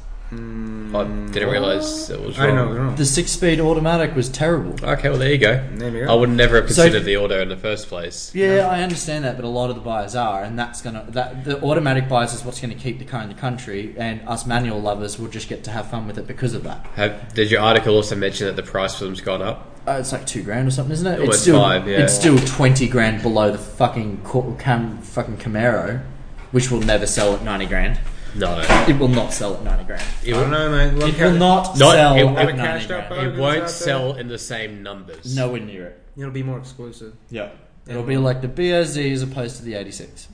I didn't realise it was wrong.
I don't know. what's wrong.
The six-speed automatic was terrible.
Okay, well there you go.
There we
I
go.
would never have
So-
considered the auto in the first place.
Yeah, I understand that, but a lot of the buyers are, and that's gonna that the automatic buyers is what's gonna keep the car in the country, and us manual lovers will just get to have fun with it because of that.
Have, did your article also mention that the price for them's gone up?
Uh, it's like two grand or something, isn't it?
Oh, it's
still
five, yeah.
it's still twenty grand below the fucking cor- cam, fucking Camaro, which will never sell at ninety grand.
No,
It will not sell at ninety grand.
it,
I don't
w-
know, mate. Look
It
how-
will not
No,
sell
it-
at
it-
ninety grand.
cashed up,
it
out
won't
there.
sell in the same numbers.
Nowhere near it.
It'll be more exclusive.
Yeah, it'll be like the BOZ as opposed to the eighty six.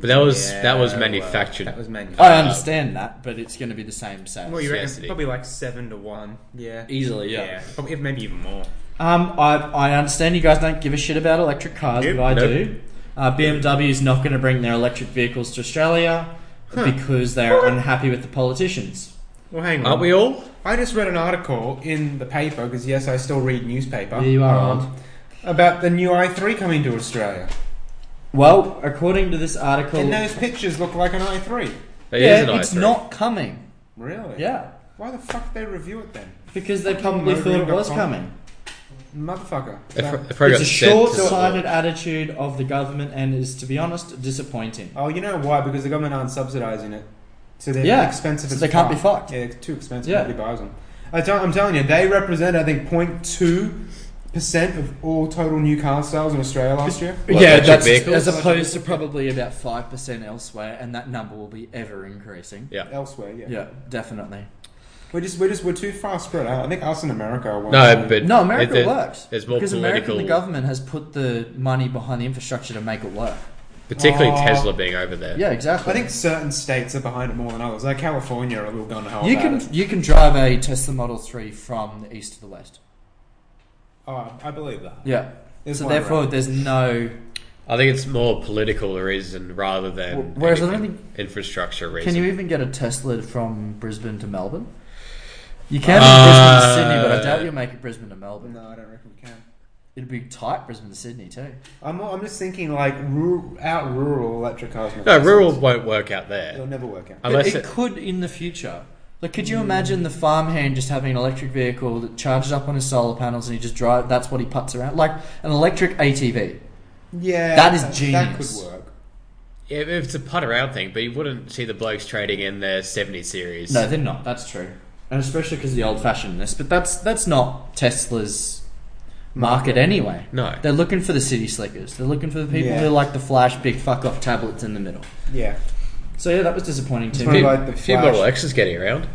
but that was that was
Yeah,
manufactured. Oh.
Well, that was
Uh,
manufactured.
I understand that, but it's going to be the same sales.
Well, you reckon
Scarcity.
probably like seven to one. Yeah.
Easily, yeah.
Probably, if maybe even more.
Um, I, I understand you guys don't give a shit about electric cars,
Nope.
but I
Nope.
do. Uh, BMW is not going to bring their electric vehicles to Australia because they are unhappy with the politicians.
Well, hang on.
Aren't we all?
I just read an article in the paper because yes, I still read newspaper.
Yeah, you are
um,
old.
About the new i3 coming to Australia,
Well, according to this article,
and those pictures look like an i3.
It is
yeah,
an
it's
i3.
not coming.
Really?
Yeah,
Why the fuck did they review it then,
because they probably
Motoring
thought it was
dot com.
coming.
motherfucker?
It pro-
So-
it probably
it's a
got sent to
short-sighted attitude of the government, and is, to be honest, disappointing.
oh, you know why? Because the government aren't subsidising it, so they're
Yeah,
expensive.
so
as
they can't be
fuck.
fucked.
Yeah, it's too expensive.
Yeah.
Nobody buys them. I tell, I'm telling you, they represent I think 0.2 percent of all total new car sales in Australia last year.
Well,
yeah,
electric
that's
vehicles?
as opposed to probably about five percent elsewhere, and that number will be ever increasing.
Elsewhere, yeah.
Yeah, definitely.
We're just we're just we're too far spread out. I think us in America are. one
No,
of the-
but
No, America
it-
works
There's more
because
political,
American the government has put the money behind the infrastructure to make it work.
particularly
Oh.
Tesla being over there.
Yeah, exactly.
I think certain states are behind it more than others. Like California are a little gun ho.
you can you can drive a Tesla Model Three from the east to the west.
Oh, I believe that.
Yeah.
There's
so
one
therefore,
around.
there's no.
I think it's more political reason rather than
Wh- whereas I don't
anything- infrastructure reason.
Can you even get a Tesla from Brisbane to Melbourne? You can from
Uh,
Brisbane to Sydnny, but I doubt you'll make it Brisbane to Melbourne.
No, I don't reckon we can.
It'd be tight Brisbane to Sydney too.
I'm, I'm just thinking like rural, out rural electric cars.
no, rural won't work out
It'll
there
never work out.
unless
it,
it,
could in the future. Like, could you imagine the farmhand just having an electric vehicle that charges up on his solar panels and he just drive? That's what he puts around, like an electric ATV.
Yeah,
That is
That
genius.
could work.
if if it's a putt around thing, but you wouldn't see the blokes trading in their seventy series.
No, they're not. That's true, and especially because the old-fashionedness. But that's that's not Tesla's market anyway.
No.
They're looking for the city slickers. They're looking for the people
Yeah.
who like the flash, big fuck off tablets in the middle.
Yeah,
So yeah, that was disappointing to
Sorry
me.
few,
about the
few
Flash.
Model X is getting around.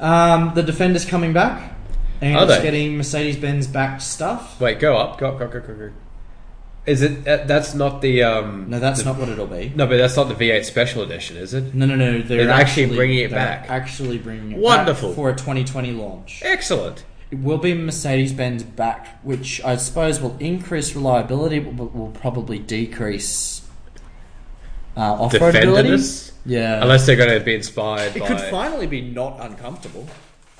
Um, the Defender's coming back, and
Are
it's
they?
getting Mercedes-Benz backed stuff.
Wait, go up, go up, go up, go up, go up, go. up. Is it that, that's not the um?
No, that's
the-
not what it'll be.
No, but that's not the V8 Special Edition, is it?
No, no, no. They're,
They're actually bringing it
they're
back.
Actually bringing it
Wonderful.
back for a 2020 launch.
Excellent.
It will be Mercedes-Benz backed, which I suppose will increase reliability, but will probably decrease uh, off-roadability.
Defendedness,
Yeah,
unless they're going to be inspired
it
by.
could finally be not uncomfortable.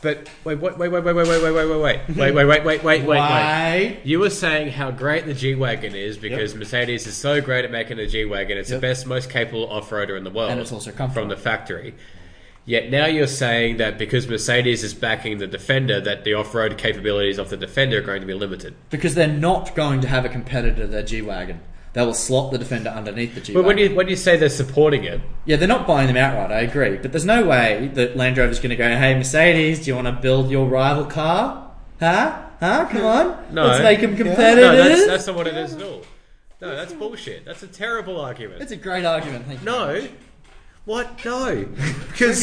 but wait, wait, wait, wait, wait, wait, wait, wait, wait, wait, wait, wait, wait, wait, wait, wait, wait.
Why?
You were saying how great the G wagon is because Mercedes is so great at making the G wagon. It's
Yep.
the best, most capable off roader in the world,
And it's also
from
comfortable.
the factory. Yet now you're saying that because Mercedes is backing the Defender, that the off road capabilities of the Defender are going to be limited.
because they're not going to have a competitor to their G-Wagon. They will slot the Defender underneath the G-Wagon.
But when you when you say they're supporting it,
Yeah, they're not buying them outright, I agree. But there's no way that Land Rover's going to go, hey, Mercedes, do you want to build your rival car? Huh? Huh? Come on.
No.
Let's make them competitors.
no, that's, that's not what it is at all. No, that's bullshit. That's a terrible argument.
That's a great argument, thank you.
No. What? No. Because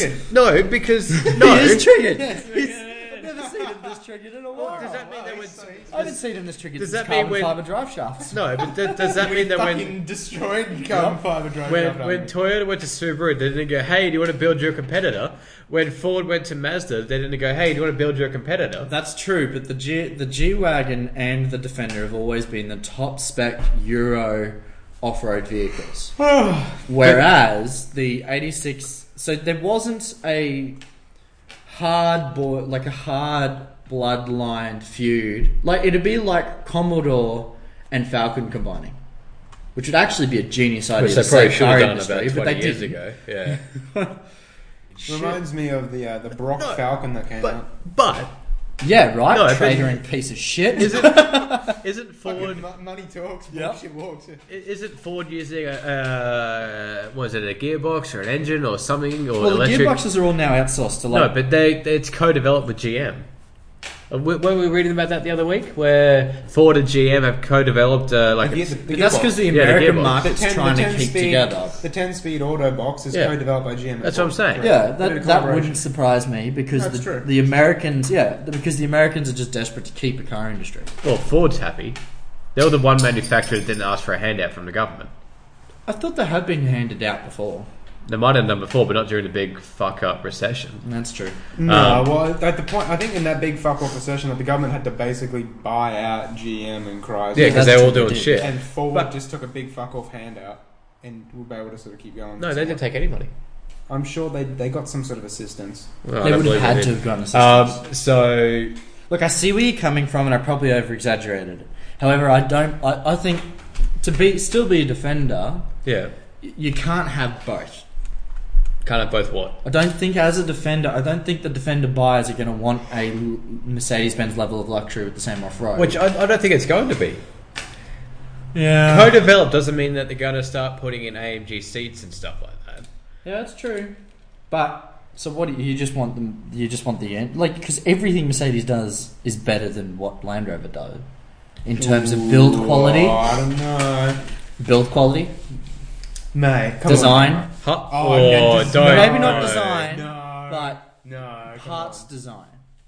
Triggered.
no, because no.
He is triggered.
Yes.
He's- never seen him this triggered in a while.
Does that mean
Wow,
they would?
he's so- he's
I haven't seen him this triggered
does
since
that mean
carbon
when-
fiber drive shafts.
No, but d- does that mean that when
fucking destroyed carbon fiber drive
when
shaft,
when
aren't
Toyota went to Subaru, they didn't go, "Hey, do you want to build your competitor?" When Ford went to Mazda, they didn't go, "Hey, do you want to build your competitor?"
That's true, but the G the G wagon and the Defender have always been the top spec Euro off road vehicles. Whereas the '86, so there wasn't a hard boy like a hard bloodline feud. Like it'd be like Commodore and Falcon combining, which would actually be a genius idea.
Which
to
they probably
save
should
car
have done
industry,
about
but
twenty
they
years
didn't.
ago. Yeah,
they? Reminds me of the uh, the Brock
No,
Falcon that came
but
out.
but
Yeah, right.
No, but-
Traitor and piece of shit.
isn't Ford?
Fucking mon- money talks,
Yep.
bullshit walks.
I- Isn't Ford using a uh, was it a gearbox or an engine or something or
well, the
electric?
gearboxes are all now outsourced to
no,
like
but they it's co-developed with GM. Uh, w- Weren't we reading about that the other week, where Ford and GM have co-developed uh, like
But
a-
yeah, the- the
But that's because the
Yeah, the
American
gearbox.
market's trying to keep
speed,
together.
The 10 speed Autobox is
Yeah.
co-developed by GM.
That's what I'm saying.
Yeah,
Bit
that,
of
that
collaboration.
wouldn't surprise me because
That's
the,
true.
the Americans, yeah, the- because the Americans are just desperate to keep a car industry.
Well, Ford's happy. They were the one manufacturer that didn't ask for a handout from the government.
I thought they had been handed out before.
They might have done before, but not during the big fuck up recession.
And that's true.
No,
Um,
well, at the point, I think in that big fuck off recession, that the government had to basically buy out GM and Chrysler.
Yeah, because
that's
they were
true,
all
they
doing
did.
shit.
And Ford
But-
just took a big fuck off handout, and we were able to sort of keep going.
No, they didn't take any money.
I'm sure they they got some sort of assistance.
Well, Oh, I
they
don't
would have
believe
had
they
to
did.
have gotten assistance.
Um, so
Look, I see where you're coming from, and I probably over exaggerated. However, I don't. I, I think to be still be a defender,
yeah,
y- you can't have both.
kind of both what?
I don't think as a defender, I don't think the defender buyers are going to want a Mercedes Benz level of luxury with the same off road.
Which I, I don't think it's going to be. Uh.
yeah,
Co-developed doesn't mean that they're going to start putting in AMG seats and stuff like that.
Yeah, that's true. But so what? Do you, you just want them? You just want the end, like because everything Mercedes does is better than what Land Rover does in terms of build
Ooh,
quality,
I don't know.
build quality,
May come
design,
On.
Huh?
Oh, yeah,
Oh,
just-
don't.
maybe not
know.
design,
No,
but
no, come
parts design.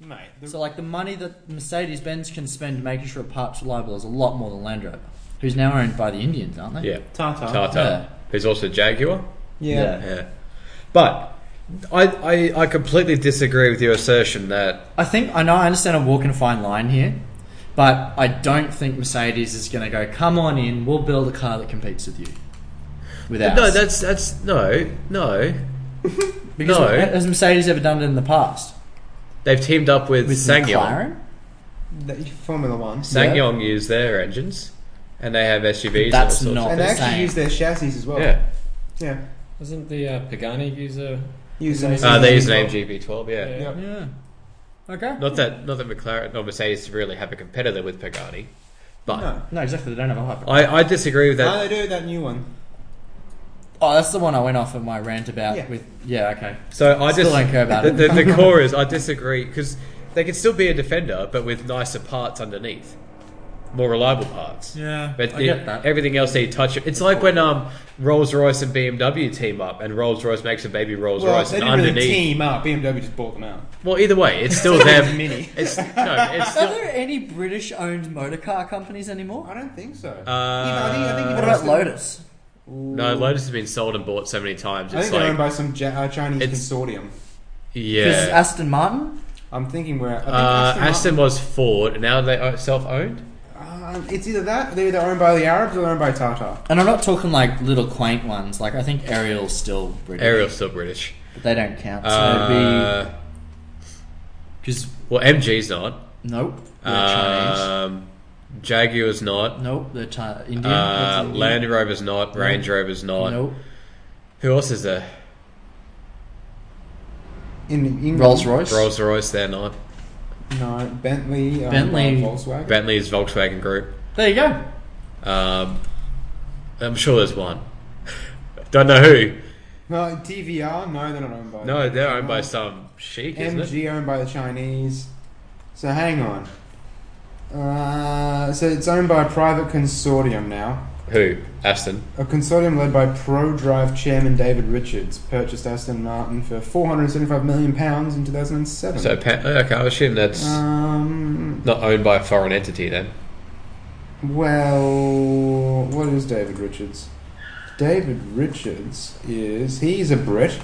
on. mate. the-
So like the money that Mercedes Benz can spend making sure a parts reliable is a lot more than Land Rover, who's now owned by the Indians, aren't they?
Yeah,
Tata.
Tata.
Yeah.
Who's also Jaguar.
Yeah.
Yeah, but I, I I completely disagree with your assertion that
I think I know I understand I'm walking a fine line here, but I don't think Mercedes is going to go. Come on in, we'll build a car that competes with you. With ours,
no, that's that's no, no.
because
no.
has Mercedes ever done it in the past
They've teamed up with,
with
Sangyong.
McLaren?
The- Formula One.
Sangyong use their engines, and they have SUVs.
That's
and all sorts
not-
and they
the
actually
same.
use their chassis as well.
Of yeah,
Yeah.
Wasn't the uh, Pagani user?
Use
Uh,
uh, they use an
name.
AMG V12. Yeah.
Yeah.
Yep.
Yeah. Okay.
not that not that McLaren or Mercedes really have a competitor with Pagani, but
No.
No, exactly. They don't have a hyper.
I, I disagree with
No,
that.
they do that new one.
Oh, that's the one I went off of my rant about.
Yeah.
With yeah, okay.
So I
Still
just
don't care about
the,
it.
The, the core is I disagree because they can still be a defender, but with nicer parts underneath, more reliable parts.
Yeah,
But
I
the-
get that.
everything else they touch, it- it's like when um, Rolls Royce and BMW team up, and Rolls Royce makes a baby Rolls
Well,
Royce,
they
and
didn't really
underneath.
team up. BMW just bought them out.
Well, either way, it's still them.
Mini.
It's no, it's
Are
still.
there any British-owned motor car companies anymore?
I don't think so.
Uh,
I think- I think
What
even
about
Austin-
Lotus?
No, Lotus has been sold and bought so many times.
I
It's
think they're owned
like
by some ja- uh, Chinese
It's-
consortium.
Because
yeah.
Aston Martin.
I'm thinking where. I think
Uh, Aston
Aston
was Ford, and now they self-owned.
Martin- um, it's either that they're either owned by the Arabs or they're owned by Tata.
And I'm not talking like little quaint ones. Like I think Ariel's still British.
Ariel's still British.
But they don't count. So it'd
Uh,
be because
well, MG's not.
nope, they're Chinese.
Um, Jaguar's not.
Nope, they're Chi- Indian.
Uh,
That's Indian.
Land Rover's not. Range Rover's not.
Nope.
Who else is there?
In England,
Rolls Royce.
Rolls Royce, they're not.
No, Bentley. owned
Bentley.
by Volkswagen.
Bentley's Volkswagen Group.
There you go.
Um, I'm sure there's one. Don't know who.
no, DVR. No, they're not owned by.
No, they're owned by
No.
some sheik, isn't it?
MG owned by the Chinese. So hang on. Uh, so it's owned by a private consortium now.
Who? Aston.
A consortium led by ProDrive chairman David Richards purchased Aston Martin for 475 million pounds in 2007.
So, pa- oh, okay, I assume that's
Uh. um,
not owned by a foreign entity then.
well, what is David Richards? David Richards is he's a Brit,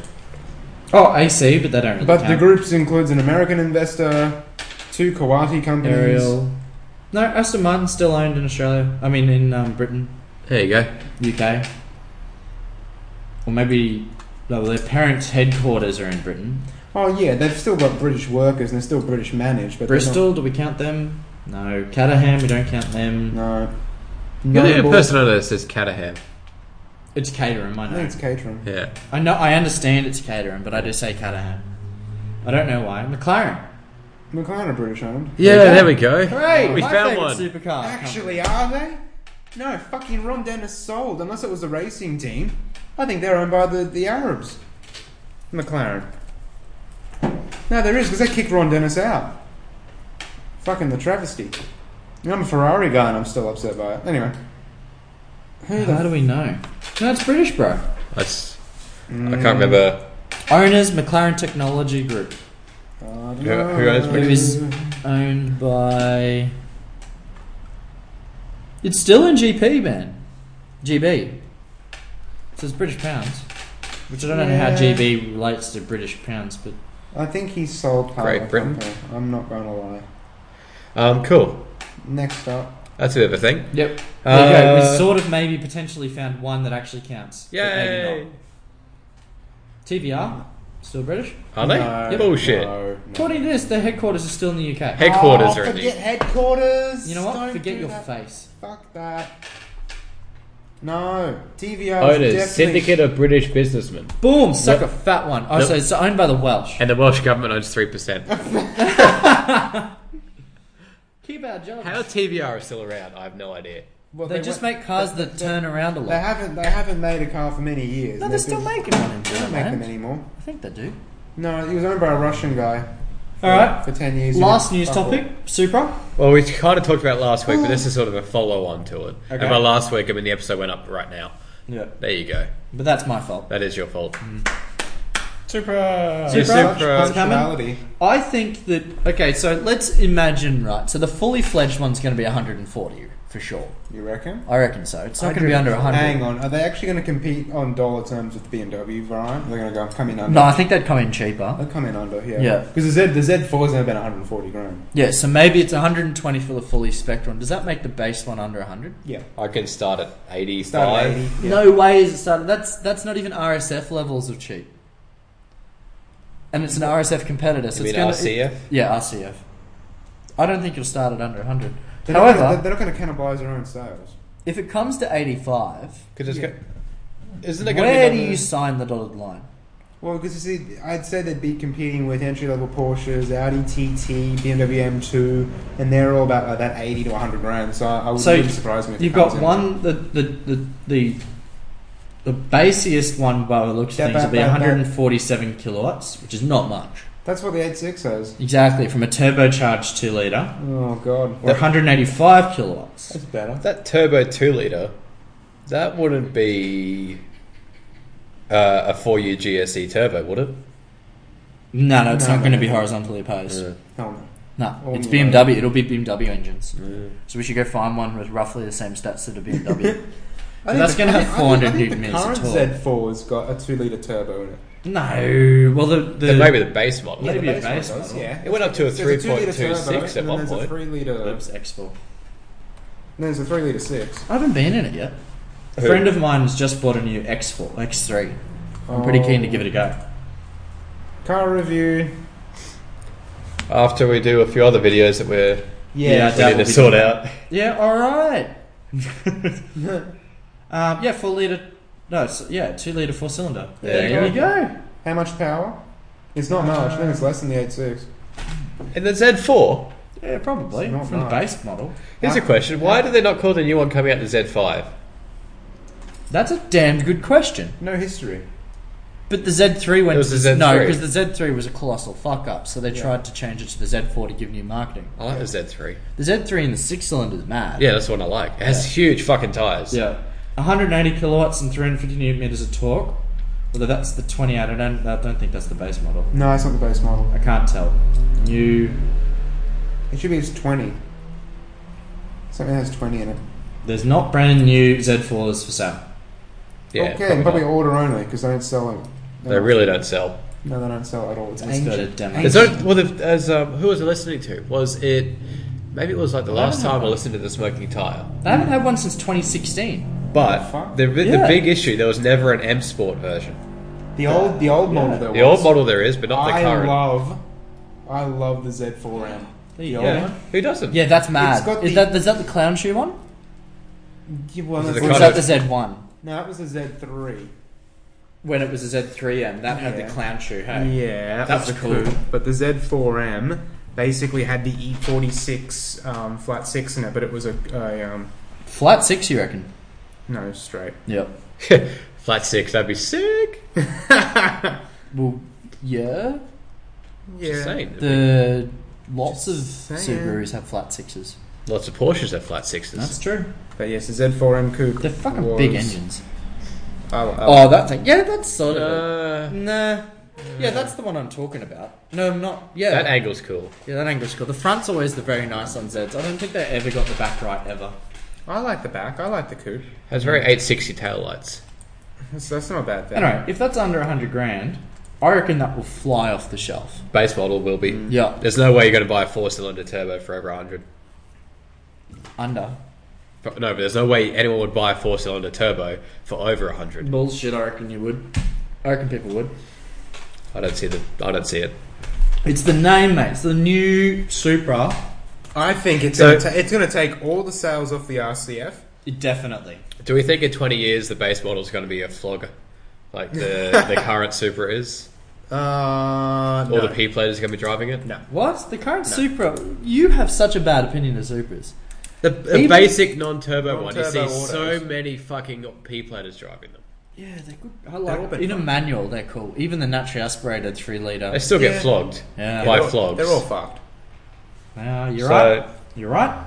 Oh, AC, but they don't really
but
count.
the group includes an American investor, two Kuwaiti companies.
Ariel. No, Aston Martin's still owned in Australia. I mean, in um, Britain,
There you go.
UK. Or maybe no, their parents' headquarters are in Britain.
Oh yeah, they've still got British workers and they're still British managed, but they're not-
Bristol, do we count them? No. Caterham, we don't count them.
No.
You're the only
Notable-
person I know that says Caterham.
It's Caterham, I
I think
know.
it's catering.
Yeah.
I know. I understand it's Caterham, but I do say Caterham. I don't know why. McLaren.
McLaren are British owned.
Yeah,
There you go.
there we go.
Hooray!
We
Oh, my
found
favourite
one.
Supercar.
Actually, are they? No, fucking Ron Dennis sold, unless it was the racing team. I think they're owned by the, the Arabs. McLaren. No, there is, because they kicked Ron Dennis out. Fucking the travesty. And I'm a Ferrari guy and I'm still upset by it. Anyway. Who
How
the
do we know? No, it's British, bro.
That's, I can't remember.
Owners McLaren Technology Group,
Who- who owns
It was- owned by. It's still in GP, man. GB. So it's British pounds, which I don't know how
Yeah.
GB relates to British pounds, but
I think he sold part
Great
of the
Britain.
company. I'm not going to lie.
Um, cool.
Next up.
That's a bit of a thing.
yep. There you go.
Uh,
We sort of maybe potentially found one that actually counts. but
Yay!
maybe not. TVR, still British.
Are they?
No,
Bullshit.
no, no.
According to this, their headquarters are still in the UK.
Headquarters
Oh,
are in
forget
the.
headquarters.
you know what?
Don't
Forget
do
your
that.
face.
Fuck that. No, TVO.
Owners, syndicate of British businessmen.
Boom! Suck a fat one. Oh,
Yep.
so it's owned by the Welsh.
And the Welsh government owns 3%.
Keep our jobs.
How TVR is still around, I have no idea.
Well,
they, just make cars that turn around a
They
lot.
haven't. They haven't made a car for many years.
No,
and
they're
they've
still
been-
making one in
They don't make them
Germany.
anymore.
I think they do.
No, he was owned by a Russian guy. for-
All right.
For ten years. he
Last
did
news
fuck all.
topic: Supra.
Well, we kind of talked about it last week, but this is sort of a follow on to it.
Okay.
And by last week, I mean the episode went up right now.
Yeah,
There you go.
but that's my fault.
That is your fault.
Supra.
Supra.
Such
Supra. What's
coming?
punctuality.
I think that okay. So let's imagine right. So the fully fledged one's going to be 140 for sure.
You reckon?
I reckon so. It's not going to be under 100.
Hang on. Are they actually going to compete on dollar terms with BMW, Brian? They're going to go come in under.
No, I think they'd come in cheaper.
They'll come in under. Yeah.
Yeah.
Because the Z the Z four is only about 140 grand.
Yeah, so maybe it's 120 for the fully spec one. Does that make the base one under 100?
Yeah.
I can start at 85.
Start at 80. Yeah.
No way is it started. That's that's not even RSF levels of cheap. And it's an RSF competitor, so
You
it's
mean
going
RCF?
yeah, RCF. I don't think you'll start at under 100.
They're not
However,
gonna- they're not going to cannibalize their own sales.
if it comes to 85,
Because it's
Yeah.
go- isn't it going to be
where do
another-
you sign the dotted line?
Well, because you see, I'd say they'd be competing with entry level Porsches, Audi TT, BMW M2, and they're all about like that 80 to 100 grand. So I I would
So
wouldn't surprise me if it
You've
comes
got
in.
one the the the the, the basiest one by the looks of
Yeah,
things
but-
will be
but- but-
147 kilowatts, which is not much.
That's what the 86 has.
Exactly, from a turbocharged 2 litre,
Oh, God.
or 185 kilowatts.
That's better.
That turbo 2 litre, that wouldn't be uh, a 4U GSE turbo, would it?
No, no, it's
No,
not going
no,
to
no. Oh,
be horizontally opposed.
Hell no.
No,
Or
it's
new
BMW. It'll be BMW engines. So we should go find one with roughly the same stats that a BMW.
I think
that's
the-
gonna
I
have
think-
400
I think,
newton meters
I think
at all.
The current Z4's got a 2 litre turbo in it.
no, well the the
Then maybe the base model.
Maybe
the
a base
one
model.
Yeah.
It went up to a
There's a 2-litre
3.26 at
turbo,
one
and then there's a
point.
3 litre.
Oops, X4.
There's a 3 litre 6.
I haven't been in it yet. A
Who?
friend of mine has just bought a new X4, X3. I'm pretty keen to give it a go.
Oh, Car review.
After we do a few other videos that we're
Yeah,
we
That
need
will be
to sort
good.
out.
Yeah, all right. um, yeah, four liter. No, it's, yeah, two liter four cylinder.
There
There,
you
we go.
How much power? It's not much. I think it's less than the 86.
And the Z4.
Yeah, probably
It's not
from the
bad.
base model.
Here's a question: Why do they not call the new one coming out the Z5?
That's a damned good question.
No history.
But the Z3 went
It was
to
the
no,
Z3.
because the Z3 was a colossal fuck up. So they
Yeah.
tried to change it to the Z4 to give new marketing.
I like the Z3.
The Z3 and the six cylinder is mad.
Yeah, that's the one I like. It has huge fucking tires.
yeah. 180 kilowatts and 350 newton meters of torque. Although that's the 20. I don't. I don't think that's the base model.
No, it's not the base model.
I can't tell. New.
It should be it's 20. Something that has 20 in it.
There's not brand new Z4s for sale.
Yeah,
okay, and probably
not.
order only because they don't sell them.
they really don't sell.
No, they don't sell it at all. It's
Let's go to
ancient.
demo.
There's no, well, the, as um, who was I listening to? Was it maybe it was like the last time I listened to the Smoking Tire?
I haven't had one since 2016.
But the, the,
Yeah.
big issue there was never an M Sport version.
The old, the old model there
The
was.
old model there is, but not the
I
current.
love, I love the Z4M.
There you go.
yeah. Who doesn't?
Yeah, that's mad.
It's got
Is
the-
that is that the clown shoe one?
Yeah, well,
Is it
that's
the
Or is
Kind
that
of.
the Z1?
no, that was the Z3.
When it was a Z3M, that had
Yeah.
the clown shoe. Hey,
Yeah, that
That's
was
cool.
cool. But the Z4M basically had the E46 um, flat six in it, but it was a, a um,
flat six, you reckon?
no straight.
Yep.
Flat six, that'd be sick.
Well, yeah.
Just
Yeah,
saying.
The lots of
Just saying.
Subarus have flat sixes.
Lots of Porsches have flat sixes.
true.
but yes, the Z4M coupe.
They're fucking
was-
big engines.
I, I-
Oh, that thing. Yeah, that's sort of.
Uh,
Nah. Yeah, that's the one I'm talking about. No, I'm not. Yeah,
that angle's cool.
yeah, that angle's cool. The front's always the very nice on Zeds. I don't think they ever got the back right ever.
I like the back. I like the coupe.
Has very 860 tail lights.
That's, that's not a bad thing.
Anyway, if that's under hundred grand, I reckon that will fly off the shelf.
Base model will be.
Yeah,
There's no way you're going to buy a four-cylinder turbo for over 100.
under.
No, but there's no way anyone would buy a four-cylinder turbo for over 100.
Bullshit. I reckon you would. I reckon people would.
I don't see the. I don't see it.
It's the name, mate. It's the new Supra.
I think it's
So-
gonna ta- it's going to take all the sales off the RCF.
It definitely.
Do we think in 20 years the base model's going to be a flogger, like the the current Supra is,
Uh,
or
no.
the P platers are going to be driving it?
no.
What? The current Supra? You have such a bad opinion of Supras.
The, the
Even-
basic non-turbo one. You see
Non-turbo
so
autos.
many fucking P platers driving them.
Yeah, they're good. I
all
like
been
in a
fun.
manual. They're cool. Even the naturally aspirated three liter.
They still get
Yeah.
flogged.
Yeah.
By
they're, all,
flogs.
they're all fucked.
Yeah, you're
So-
right. You're right.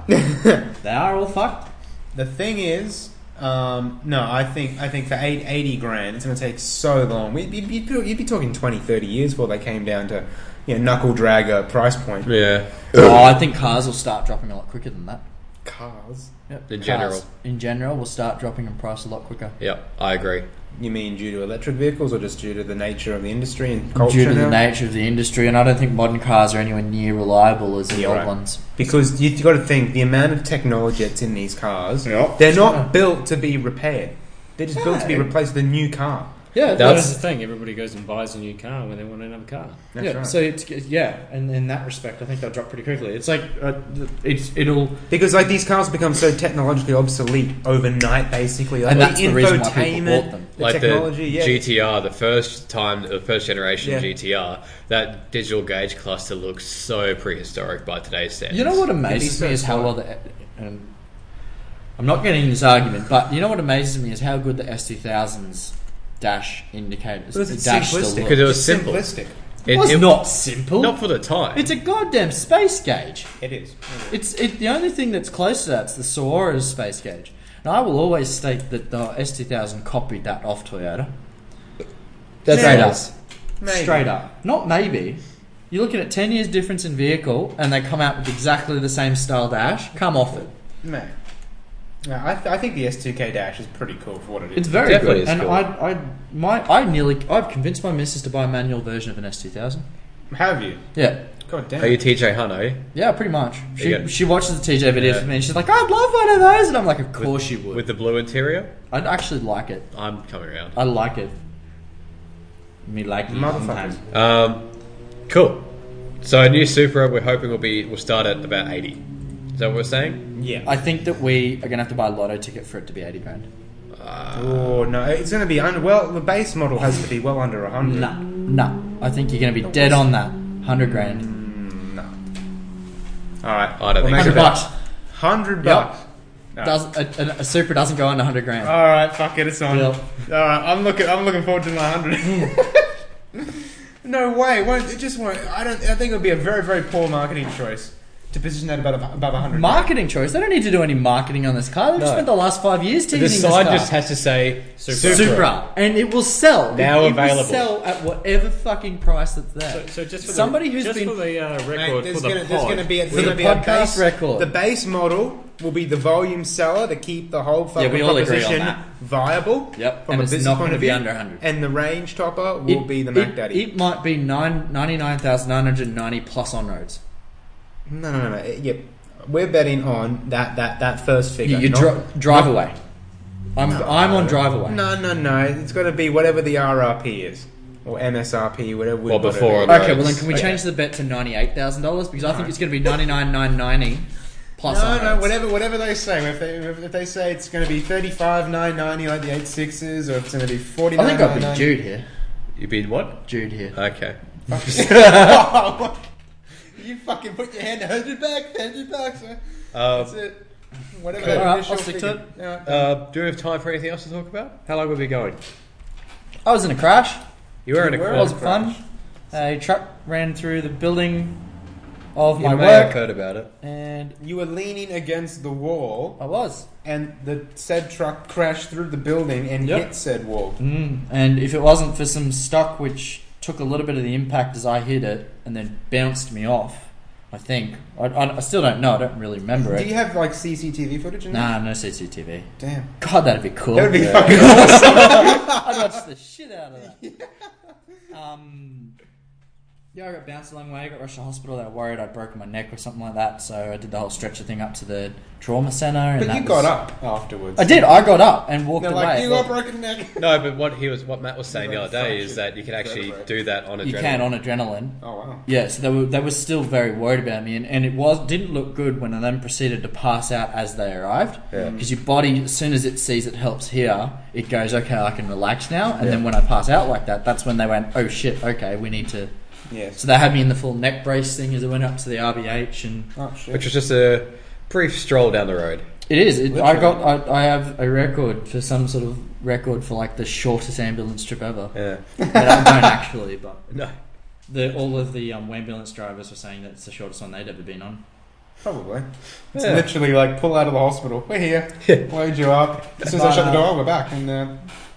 they are all fucked.
The thing is, um, no, I think I think for eight, 80 grand, it's going to take so long. We'd be, you'd, be, you'd be talking 20, 30 years before they came down to you know, knuckle dragger price point.
Yeah.
oh, I think cars will start dropping a lot quicker than that.
Cars?
Yep.
In
Cars,
general.
in general, will start dropping in price a lot quicker
Yep, I agree.
You mean due to electric vehicles or just due to the nature of the industry and culture?
due to
now?
the nature of the industry. And I don't think modern cars are anywhere near reliable as the
Yeah,
old
right.
ones.
Because you've got to think the amount of technology that's in these cars,
Yep.
they're not built to be repaired. They're just built to be
No.
replaced with a new car.
Yeah,
That's-
That's the thing. Everybody goes and buys a new car when they want another car.
That's
yeah,
right.
so it's yeah, and in that respect, I think they'll drop pretty quickly. It's like uh, th- it's it'll
Because like these cars become so technologically obsolete overnight, basically. Like,
And that's
the
the reason why people
infotainment,
bought them.
The
like
technology,
the
yeah.
GTR, the first time, the first generation
Yeah.
GTR, that digital gauge cluster looks so prehistoric by today's standards.
You know what
It's
amazes
so
me is how well the. Um, I'm not getting this argument, but you know what amazes me is how good the S2000's dash indicators.
Because
the
it's
dash still look.
simplistic.
Because it
It
was simple.
Simplistic.
It-
was
it-
not simple.
Not for the time.
it's a goddamn space gauge.
It is.
It's it, the only thing that's close to that's the Saora's space gauge. And I will always state that the S2000 copied that off Toyota.
That's
Straight
right.
up.
Maybe.
Straight up. Not maybe. You're looking at 10 years difference in vehicle and they come out with exactly the same style dash. Come off it.
No. No, I, th- I think the S2K Dash is pretty cool for what it is.
It's very
Definitely
good,
is
and
cool.
I, I, my, I nearly, I've convinced my missus to buy a manual version of an S two thousand.
Have you?
Yeah,
God damn.
Are you TJ Huno?
yeah, pretty much. She,
Yeah.
she watches the TJ videos
Yeah.
with me, and she's like, "I'd love one of those," and I'm like, "Of course you would.
With the blue interior?
I'd actually like it.
I'm coming around.
I like it. Me like it
Motherfuckers.
sometimes.
Um, cool. So a new Supra we're hoping will be will start at about eighty. Is that what we're saying?
Yeah.
I think that we are gonna have to buy a lotto ticket for it to be eighty grand.
oh, no. It's going to be under. Well, the base model has to be well under 100.
Nah, nah. I think you're gonna be dead on that hundred grand,
All right.
I don't think
make
so.
it
hundred bucks.
100 bucks. No.
Does a, a, a super doesn't go under hundred
Uh,
grand?
All right, fuck it, it's on.
Deal.
All right, I'm looking. I'm looking forward to my hundred.
No way. Won't, it just won't. I don't. I think it would be a very, very poor marketing choice. to position that above above 100.
Marketing choice. They don't need to do any marketing on this car. They've
No.
spent the last five years teasing
The
this
sign
car.
just has to say Supra.
Supra. and it will sell.
Now
it
available.
Will sell at whatever fucking price that's there.
So, so just for
Somebody
the,
who's
just
been-
for the uh,
Mate,
record
there's
for the
gonna,
pod,
there's gonna be a,
For
there's
the
gonna be a
podcast
base,
record.
The base model will be the volume seller to keep the whole fucking
we all agree on
proposition
that.
viable.
Yep,
From
and
a
it's
business
not
point
gonna
of
be
view,
under 100.
And the range topper will
It-
be the Mac
it,
Daddy.
It might be nine ninety nine thousand nine hundred ninety plus on roads.
no, no, no, no. it- Yep. We're betting on that that that first figure.
You, you
not-
dri- drive away. I'm
No.
I'm on drive away.
No, no, no. It's got to be whatever the RRP is or MSRP, whatever. we've
Or
got it
before
at.
or
Okay, well then can we
Okay.
change the bet to ninety eight thousand dollars because I think it's going to be ninety nine nine ninety plus.
No,
on
no,
roads.
whatever, whatever they say. If they, if they say it's going to be thirty-five nine ninety like the eight sixes, or if it's going to be forty.
I think I've been Jude here.
You been what?
Jude here.
Okay.
You fucking put your hand a hundred back, hundred bucks. man. That's
Um,
it. Whatever.
All
the
right, I'll
initial
stick to
figure. Yeah.
uh, do we have time for anything else to talk about? How long have we been going?
I was in a crash.
You were in a
It
Where
call.
was fun. A truck ran through the building of
You
my
may have
work,
heard about it.
and
You were leaning against the wall,
I was.
and the said truck crashed through the building and
Yep.
hit said wall.
Mm. And if it wasn't for some stock which took a little bit of the impact as I hit it and then bounced me off, I think. I, I, I still don't know. I don't really remember
Do
it.
you have like CCTV footage? In there?
Nah, no CCTV.
Damn.
God, that'd be cool.
That would be
Yeah.
fucking.
I'd watch the shit out of that. Um, yeah, I got bounced a long way. I got rushed to hospital. They were worried I'd broken my neck or something like that. So I did the whole stretcher thing up to the trauma centre. And
But
that
you
was-
got up afterwards.
I did. I got up and walked
They're
away.
like, you got
Well,
broken neck.
No, but what he was, what Matt was saying the
You
other day is
fractured
that you can actually
vertebrae.
do that on adrenaline.
you can on adrenaline.
Oh wow.
Yeah, so they were they were still very worried about me, and, and it was didn't look good when I then proceeded to pass out as they arrived.
Yeah.
Because your body, as soon as it sees it helps here, it goes okay, I can relax now. And then when I pass out like that, that's when they went, oh shit, okay, we need to.
Yes.
So they had me in the full neck brace thing as I went up to the RBH, and
Oh shit.
Which was just a brief stroll down the road.
it is. It, I got I, I have a record for some sort of record for like the shortest ambulance trip ever.
Yeah.
But I don't actually, but
No.
the, all of the um, ambulance drivers were saying that it's the shortest one they'd ever been on.
Probably. It's
Yeah.
literally like pull out of the hospital. We're here. Load you up. As soon as I shut the door, we're back. And uh,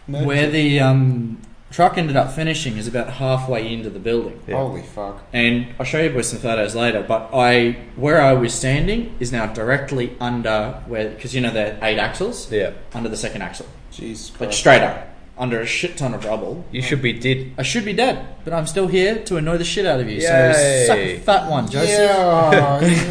no-
Where the um, truck ended up finishing is about halfway into the building.
Yeah.
holy fuck.
And I'll show you boys some photos later, but I where I was standing is now directly under where because you know they're eight axles
Yeah.
under the second axle,
Jeez.
like
Christ.
straight up under a shit ton of rubble.
You should be dead.
I should be dead, but I'm still here to annoy the shit out of you.
Yay.
So suck a fat one,
Yeah,
Joseph.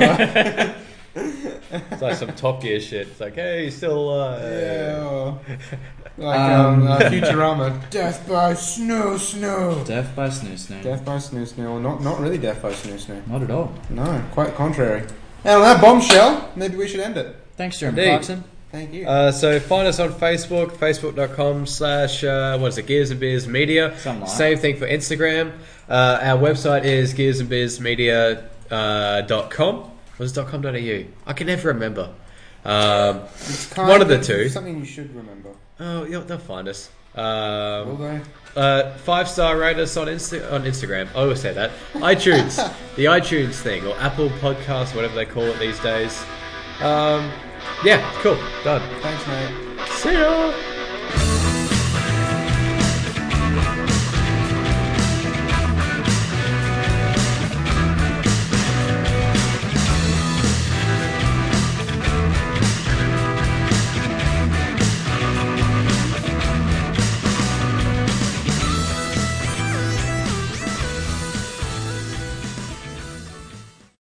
yeah,
It's like some Top Gear shit. It's like, hey, you still alive.
yeah. Like um,
Um,
uh, Futurama. Death by Snoo Snoo.
Death by snoo snoo.
Death by Snoo Snoo. Not not really death by Snoo Snoo.
Not at all.
No, quite contrary. And on that bombshell, maybe we should end it.
Thanks, Jeremy
Indeed.
Clarkson.
Thank you.
Uh, so find us on Facebook, facebook.com slash, uh, what is it, Gears and Beers Media.
Something like that.
Same thing for Instagram. Uh, our website is gearsandbeersmedia.com. Uh, dot com. was it dot .com.au? I can never remember. Um,
It's
one of the two.
Something you should remember.
oh, yeah, they'll find us. Um,
Will they?
Uh, five star rate us on Insta- on Instagram. I always say that. iTunes, the iTunes thing, or Apple Podcasts, whatever they call it these days. Um, yeah, cool, done.
Thanks, mate.
See ya.